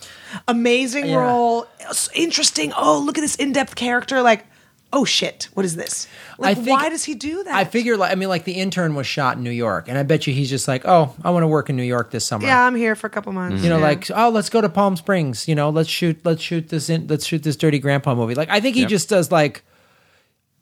Speaker 2: Amazing
Speaker 1: Yeah.
Speaker 2: role. s- Interesting. Oh, look at this in-depth character like oh shit, what is this? Like
Speaker 1: think-
Speaker 2: why does he do that?
Speaker 1: I figure, like, I mean, like the intern was shot in New York, and I bet you he's just like, oh, I want to work in New York this summer.
Speaker 2: Yeah, I'm here for a couple months.
Speaker 1: You know,
Speaker 2: Yeah.
Speaker 1: like, oh, let's go to Palm Springs. You know, let's shoot, let's shoot this in, let's shoot this dirty grandpa movie. Like, I think he
Speaker 3: Yep.
Speaker 1: just does like,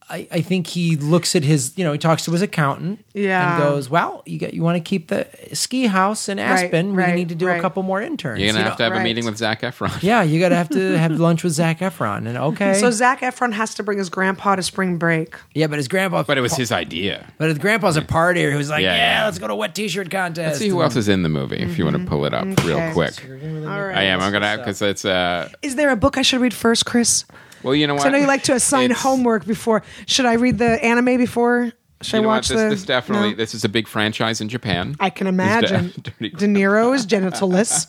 Speaker 1: I, I think he looks at his, you know, he talks to his accountant,
Speaker 2: Yeah.
Speaker 1: and goes, well, you got, you want to keep the ski house in Aspen. we
Speaker 2: right,
Speaker 1: need to do
Speaker 2: right.
Speaker 1: a couple more interns.
Speaker 3: You're gonna
Speaker 1: you
Speaker 3: have
Speaker 1: know?
Speaker 3: to have
Speaker 2: right.
Speaker 3: a meeting with Zach Efron.
Speaker 1: yeah, you gotta have to have lunch with Zach Efron, and okay,
Speaker 2: So Zach Efron has to bring his grandpa to spring break.
Speaker 1: yeah, but his grandpa,
Speaker 3: But it was his idea.
Speaker 1: but his grandpa's a partier who's like,
Speaker 3: Yeah,
Speaker 1: yeah,
Speaker 3: yeah.
Speaker 1: let's go to a wet t-shirt contest.
Speaker 3: Let's see who else is in the movie. If you want
Speaker 2: Mm-hmm.
Speaker 3: to pull it up real quick,
Speaker 2: All right.
Speaker 3: I am. I'm gonna because it's uh.
Speaker 2: Is there a book I should read first, Chris?
Speaker 3: Well, you know what?
Speaker 2: So I know you like to assign
Speaker 3: It's-
Speaker 2: homework before. Should I read the anime before? Should
Speaker 3: You
Speaker 2: I
Speaker 3: know what?
Speaker 2: watch
Speaker 3: This,
Speaker 2: the?
Speaker 3: this definitely.
Speaker 2: No?
Speaker 3: This is a big franchise in Japan.
Speaker 2: I can
Speaker 3: These da-
Speaker 2: imagine.
Speaker 3: dirty-
Speaker 2: De Niro is genitalless.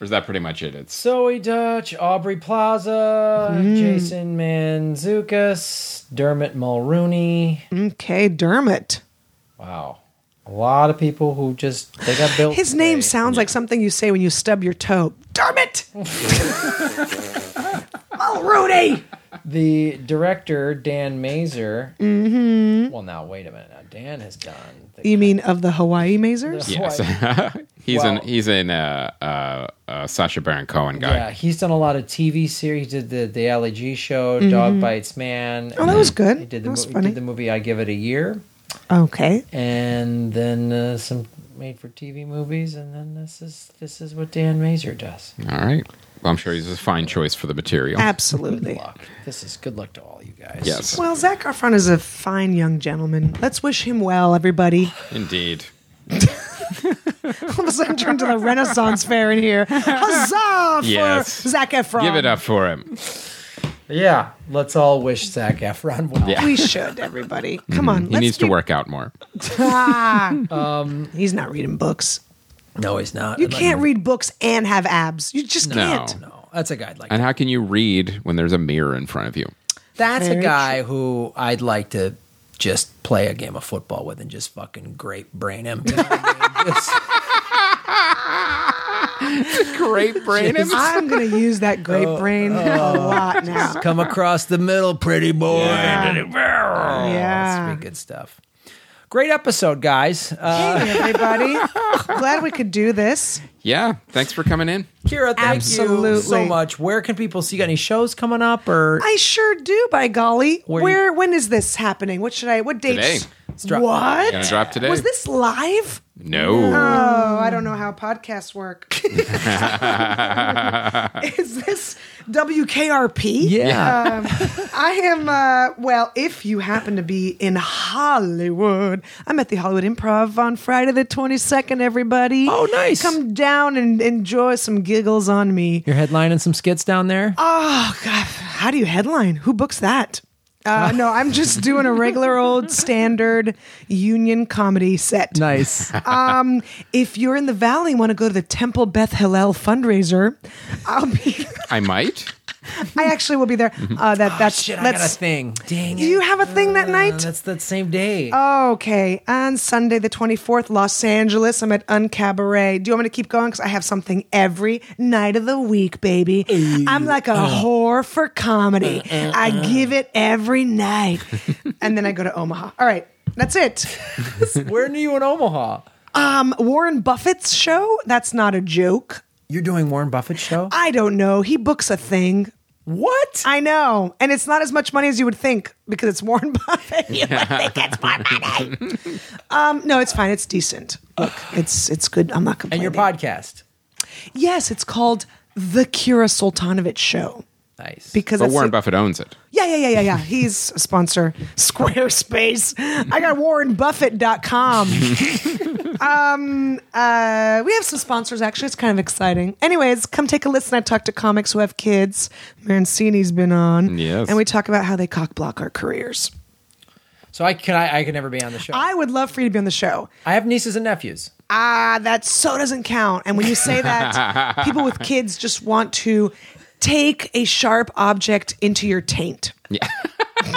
Speaker 3: Or is that pretty much it? It's
Speaker 1: Zoe Dutch, Aubrey Plaza,
Speaker 2: Hmm.
Speaker 1: Jason Manzukis, Dermot Mulrooney.
Speaker 2: okay, Dermot.
Speaker 1: Wow. A lot of people who just they got built.
Speaker 2: His name
Speaker 1: today.
Speaker 2: sounds like something you say when you stub your toe. Dermot. oh, Rudy.
Speaker 1: the director Dan Mazer. Mm-hmm. Well, now wait a minute. Now Dan has done. The,
Speaker 2: You mean of the Hawaii Mazers?
Speaker 3: yes.
Speaker 1: Why-
Speaker 3: he's
Speaker 1: Wow.
Speaker 3: in. He's in. Uh, uh, uh, Sasha Baron Cohen guy.
Speaker 1: yeah, he's done a lot of TV series. He did the the LEG show, Dog Bites Man.
Speaker 2: Mm-hmm. Oh, that was good.
Speaker 1: He did
Speaker 2: That
Speaker 1: the
Speaker 2: was
Speaker 1: mo- he
Speaker 2: funny.
Speaker 1: did the movie I Give It a Year,
Speaker 2: Okay.
Speaker 1: and then uh, some made for TV movies, and then this is this is what Dan Mazer does.
Speaker 3: All right. Well, I'm sure he's a fine choice for the material.
Speaker 2: Absolutely.
Speaker 1: luck. This is good luck to all you guys.
Speaker 3: Yes,
Speaker 2: Well, Zach Efron is a fine young gentleman. Let's wish him well, everybody.
Speaker 3: indeed.
Speaker 2: All of a sudden turned to the Renaissance fair in here. Huzzah for
Speaker 3: Yes.
Speaker 2: Zac Efron.
Speaker 3: Give it up for him.
Speaker 1: Yeah. Let's all wish Zach Efron well.
Speaker 3: Yeah. Mm-hmm.
Speaker 2: We should, everybody. Come on.
Speaker 3: He needs to work out more.
Speaker 2: um, He's not reading books.
Speaker 1: No, he's not.
Speaker 2: You
Speaker 1: I'd like
Speaker 2: can't read books and have abs. You just can't.
Speaker 1: to- No, that's a guy I'd like.
Speaker 3: And how can you read when there's a mirror in front of you?
Speaker 1: that's a
Speaker 2: Very
Speaker 1: guy who I'd like to just play a game of football with and just fucking great brain him. You know what I mean? Just
Speaker 3: Great brain. him.
Speaker 2: I'm going to use that great brain a lot now.
Speaker 1: come across the middle, pretty boy.
Speaker 2: yeah.
Speaker 1: That's pretty good stuff. Great episode, guys. Uh,
Speaker 2: Hey, everybody. Glad we could do this.
Speaker 3: Yeah. Thanks for coming in.
Speaker 1: Kira, thank you so
Speaker 2: Absolutely.
Speaker 1: much. Where can people see you got any shows coming up or
Speaker 2: I sure do, by golly.
Speaker 1: Where
Speaker 2: Where,
Speaker 1: you-
Speaker 2: when is this happening? What should I, what dates?
Speaker 3: Today.
Speaker 1: dro-
Speaker 2: What?
Speaker 3: Gonna drop today.
Speaker 2: Was this live?
Speaker 3: No.
Speaker 6: Uh,
Speaker 2: Oh, I
Speaker 1: Mm.
Speaker 2: don't know how podcasts work. Is this WKRP?
Speaker 1: yeah.
Speaker 2: Um, I am, uh, well, if you happen to be in Hollywood, I'm at the Hollywood Improv on Friday the 22nd, everybody.
Speaker 1: Oh, nice.
Speaker 2: Come down and enjoy some giggles on me.
Speaker 1: You're headlining some skits down there?
Speaker 6: Uh,
Speaker 2: Oh, God. How do you headline? Who books that? Uh, no, I'm just doing a regular old standard union comedy set.
Speaker 1: nice.
Speaker 2: Um, if you're in the valley, and want to go to the Temple Beth Hillel fundraiser, I'll be
Speaker 3: I might.
Speaker 6: I actually will be there. Uh, that that's
Speaker 1: Mm-hmm. Oh, Shit, I got a
Speaker 6: that's
Speaker 1: thing. Dang it.
Speaker 6: you have a thing that night.
Speaker 1: That's that same day.
Speaker 6: Uh, Okay, on Sunday the 24th, Los Angeles, I'm at Uncabaret. Do you want me to keep going? Because I have something every night of the week, baby. I'm like a
Speaker 1: Oh.
Speaker 6: whore for comedy.
Speaker 1: Uh,
Speaker 6: I give it every night. and then I go to Omaha. All right, that's it.
Speaker 1: Where are you in Omaha?
Speaker 6: Um, Warren Buffett's show, that's not a joke.
Speaker 1: You're doing Warren Buffett show?
Speaker 6: I don't know. He books a thing.
Speaker 1: what?
Speaker 6: I know. And it's not as much money as you would think because it's Warren Buffett. You would think it's more money. um, no, it's fine. It's decent. Look, it's it's good. I'm not
Speaker 1: and
Speaker 6: complaining.
Speaker 1: your podcast.
Speaker 6: Yes, it's called The Kira Sultanovich Show.
Speaker 1: Nice.
Speaker 6: Because
Speaker 3: But
Speaker 6: that's
Speaker 3: Warren
Speaker 6: the-
Speaker 3: Buffett owns it.
Speaker 6: Yeah, yeah, yeah, yeah, yeah. He's a sponsor. Squarespace. I got WarrenBuffett.com. Uh, we have some sponsors actually. It's kind of exciting. Anyways, come take a listen. I talk to comics who have kids. Mancini's been on.
Speaker 3: Yes.
Speaker 6: And we talk about how they cock block our careers.
Speaker 1: so I can I, I could never be on the show. I,
Speaker 6: I would love for you to be on the show.
Speaker 1: have nieces and nephews.
Speaker 6: Ah, that so doesn't count. And when you say that, people with kids just want to take a sharp object into your taint. Yeah.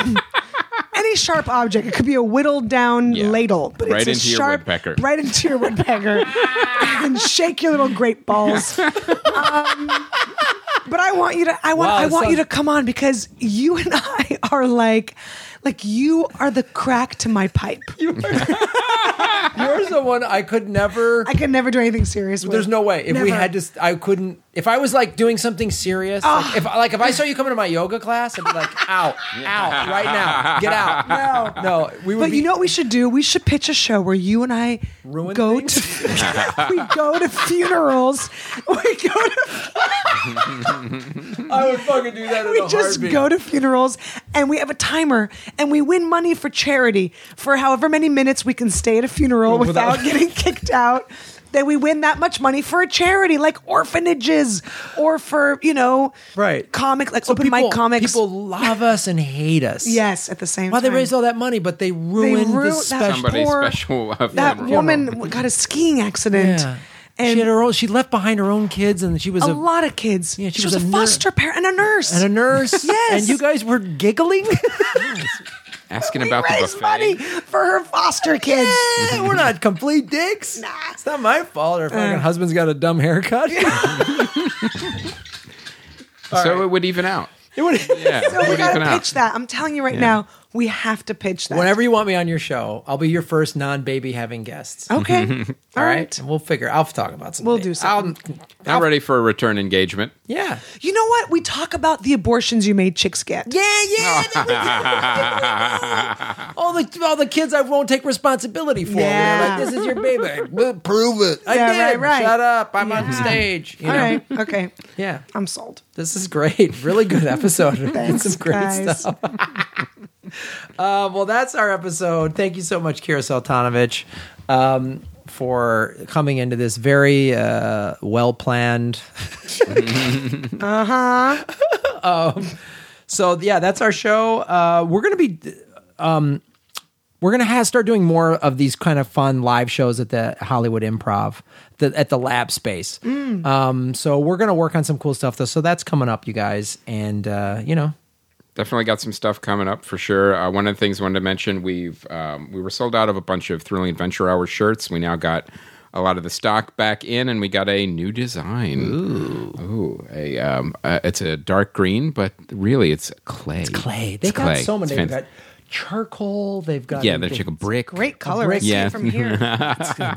Speaker 6: Any sharp object. It could be a whittled down
Speaker 3: Yeah.
Speaker 6: ladle, but
Speaker 3: Right
Speaker 6: it's a
Speaker 3: into your
Speaker 6: sharp
Speaker 3: woodpecker.
Speaker 6: right into your woodpecker and shake your little grape balls. Um, but I want you to I want
Speaker 1: Wow,
Speaker 6: I
Speaker 1: that
Speaker 6: want you to
Speaker 1: sounds-
Speaker 6: come on because you and I are like like you are the crack to my pipe.
Speaker 1: You're someone I could never.
Speaker 6: I can never do anything serious with.
Speaker 1: there's no way. If we
Speaker 6: Never.
Speaker 1: had to, st- I couldn't. If I was like doing something serious,
Speaker 6: Ah.
Speaker 1: like if like if I saw you coming to my yoga class, I'd be like, out, out, right now, get out. No, no, we would.
Speaker 6: But
Speaker 1: be,
Speaker 6: you know what we should do? We should pitch a show where you and I
Speaker 1: Ruin
Speaker 6: go
Speaker 1: things?
Speaker 6: to we go to funerals. We go to
Speaker 1: I would fucking do that. In
Speaker 6: we
Speaker 1: a
Speaker 6: just
Speaker 1: heartbeat.
Speaker 6: go to funerals and we have a timer and we win money for charity for however many minutes we can stay at a funeral
Speaker 1: Without-
Speaker 6: without, getting kicked out. Then we win that much money for a charity like orphanages or for you know
Speaker 1: Right.
Speaker 6: comic like
Speaker 1: So
Speaker 6: open mic comics.
Speaker 1: People love us and hate us.
Speaker 6: yes, at the same
Speaker 1: Why
Speaker 6: time.
Speaker 1: they raised all that money, but they ruined
Speaker 6: ruined
Speaker 1: the
Speaker 6: that
Speaker 1: special.
Speaker 3: Somebody's
Speaker 6: poor-
Speaker 3: special. Uh,
Speaker 6: that
Speaker 3: funeral.
Speaker 6: woman got a skiing accident.
Speaker 1: Yeah.
Speaker 6: And
Speaker 1: she had her own. She left behind her own kids, and she was
Speaker 6: a,
Speaker 1: a,
Speaker 6: lot of kids.
Speaker 1: Yeah,
Speaker 6: she, was, a,
Speaker 1: nur-
Speaker 6: foster parent and a nurse.
Speaker 1: and a nurse.
Speaker 6: Yes.
Speaker 1: and you guys were giggling.
Speaker 3: asking
Speaker 6: we
Speaker 3: about the
Speaker 6: raised
Speaker 3: buffet.
Speaker 6: money for her foster kids.
Speaker 1: Eh, we're not complete dicks.
Speaker 6: Nah. Uh.
Speaker 1: It's not my fault. Her fucking husband's got a dumb haircut.
Speaker 3: so it would even out.
Speaker 1: It would-
Speaker 3: Yeah,
Speaker 6: So
Speaker 3: it
Speaker 6: we
Speaker 3: would
Speaker 6: gotta
Speaker 3: even out.
Speaker 6: pitch that. I'm telling you right now, we have to pitch that.
Speaker 1: Whenever you want me on your show, I'll be your first non-baby having guest.
Speaker 6: Okay. All
Speaker 1: All
Speaker 6: right.
Speaker 1: And We'll figure. I'll talk about something.
Speaker 6: Oh, We'll do something.
Speaker 1: I'll-
Speaker 3: I'm ready for a return engagement.
Speaker 1: yeah.
Speaker 6: You know what? We talk about the abortions you made chicks get.
Speaker 1: Yeah, yeah. all the all the kids I won't take responsibility for.
Speaker 6: Yeah.
Speaker 1: They're Like this is your baby. We'll prove it. I
Speaker 6: Yeah,
Speaker 1: did.
Speaker 6: right, right.
Speaker 1: Shut up. I'm on stage. You
Speaker 6: All
Speaker 1: know?
Speaker 6: right. Okay.
Speaker 1: Yeah.
Speaker 6: I'm sold.
Speaker 1: This is great. Really good episode. Thanks, Some great
Speaker 6: guys.
Speaker 1: stuff. Uh, well, that's our episode. Thank you so much, Kira Sultanovich, um, for coming into this very uh, well planned. uh huh. um, Uh-huh. so yeah, that's our show. Uh, we're gonna be. Um, we're gonna have, start doing more of these kind of fun live shows at the Hollywood Improv, the, at the Lab Space. Um, so we're gonna work on some cool stuff though. So that's coming up, you guys, and uh, you know,
Speaker 3: Definitely got some stuff coming up for sure. Uh, one of the things I wanted to mention, we've um, we were sold out of a bunch of Thrilling Adventure Hour shirts. We now got a lot of the stock back in, and we got a new design. Ooh, ooh, a um, uh, it's a dark green, but really it's clay. It's
Speaker 1: clay. They've got
Speaker 3: clay.
Speaker 1: so many.
Speaker 3: It's
Speaker 1: They've
Speaker 3: fantastic.
Speaker 1: got charcoal. They've got uh,
Speaker 3: Yeah, they're like a brick.
Speaker 6: Great color. I
Speaker 1: Great.
Speaker 6: see it
Speaker 3: Yeah.
Speaker 6: from here.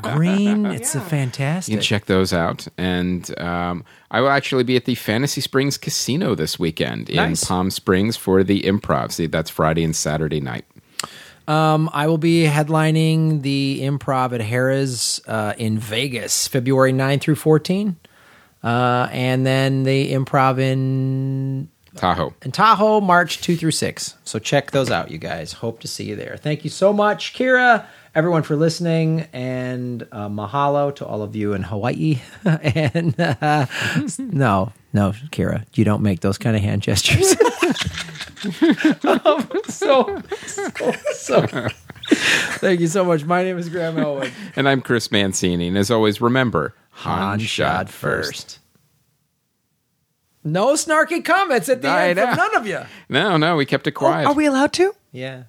Speaker 1: green. It's a
Speaker 3: You can
Speaker 1: fantastic.
Speaker 3: check those out. And um, I will actually be at the Fantasy Springs Casino this weekend in
Speaker 1: Nice.
Speaker 3: Palm Springs for the improv. See, that's Friday and Saturday night.
Speaker 1: Um, I will be headlining the improv at Harrah's uh, in Vegas, February 9 through 14. Uh, and then the improv in,
Speaker 3: Tahoe.
Speaker 1: in Tahoe, March 2 through 6. So check those out, you guys. Hope to see you there. Thank you so much, Kira, everyone for listening, and uh, mahalo to all of you in Hawaii. and uh, no, no, Kira, you don't make those kind of hand gestures. Um, so, so, so. Thank you so much. My name is Graham Elwood.
Speaker 3: And I'm Chris Mancini. And as always, remember, Han,
Speaker 1: On
Speaker 3: shot first.
Speaker 1: No snarky comments at the
Speaker 3: I
Speaker 1: end from
Speaker 3: know.
Speaker 1: none of you.
Speaker 6: Oh,
Speaker 3: No, no, we kept it quiet.
Speaker 2: Are we allowed to?
Speaker 1: Yeah.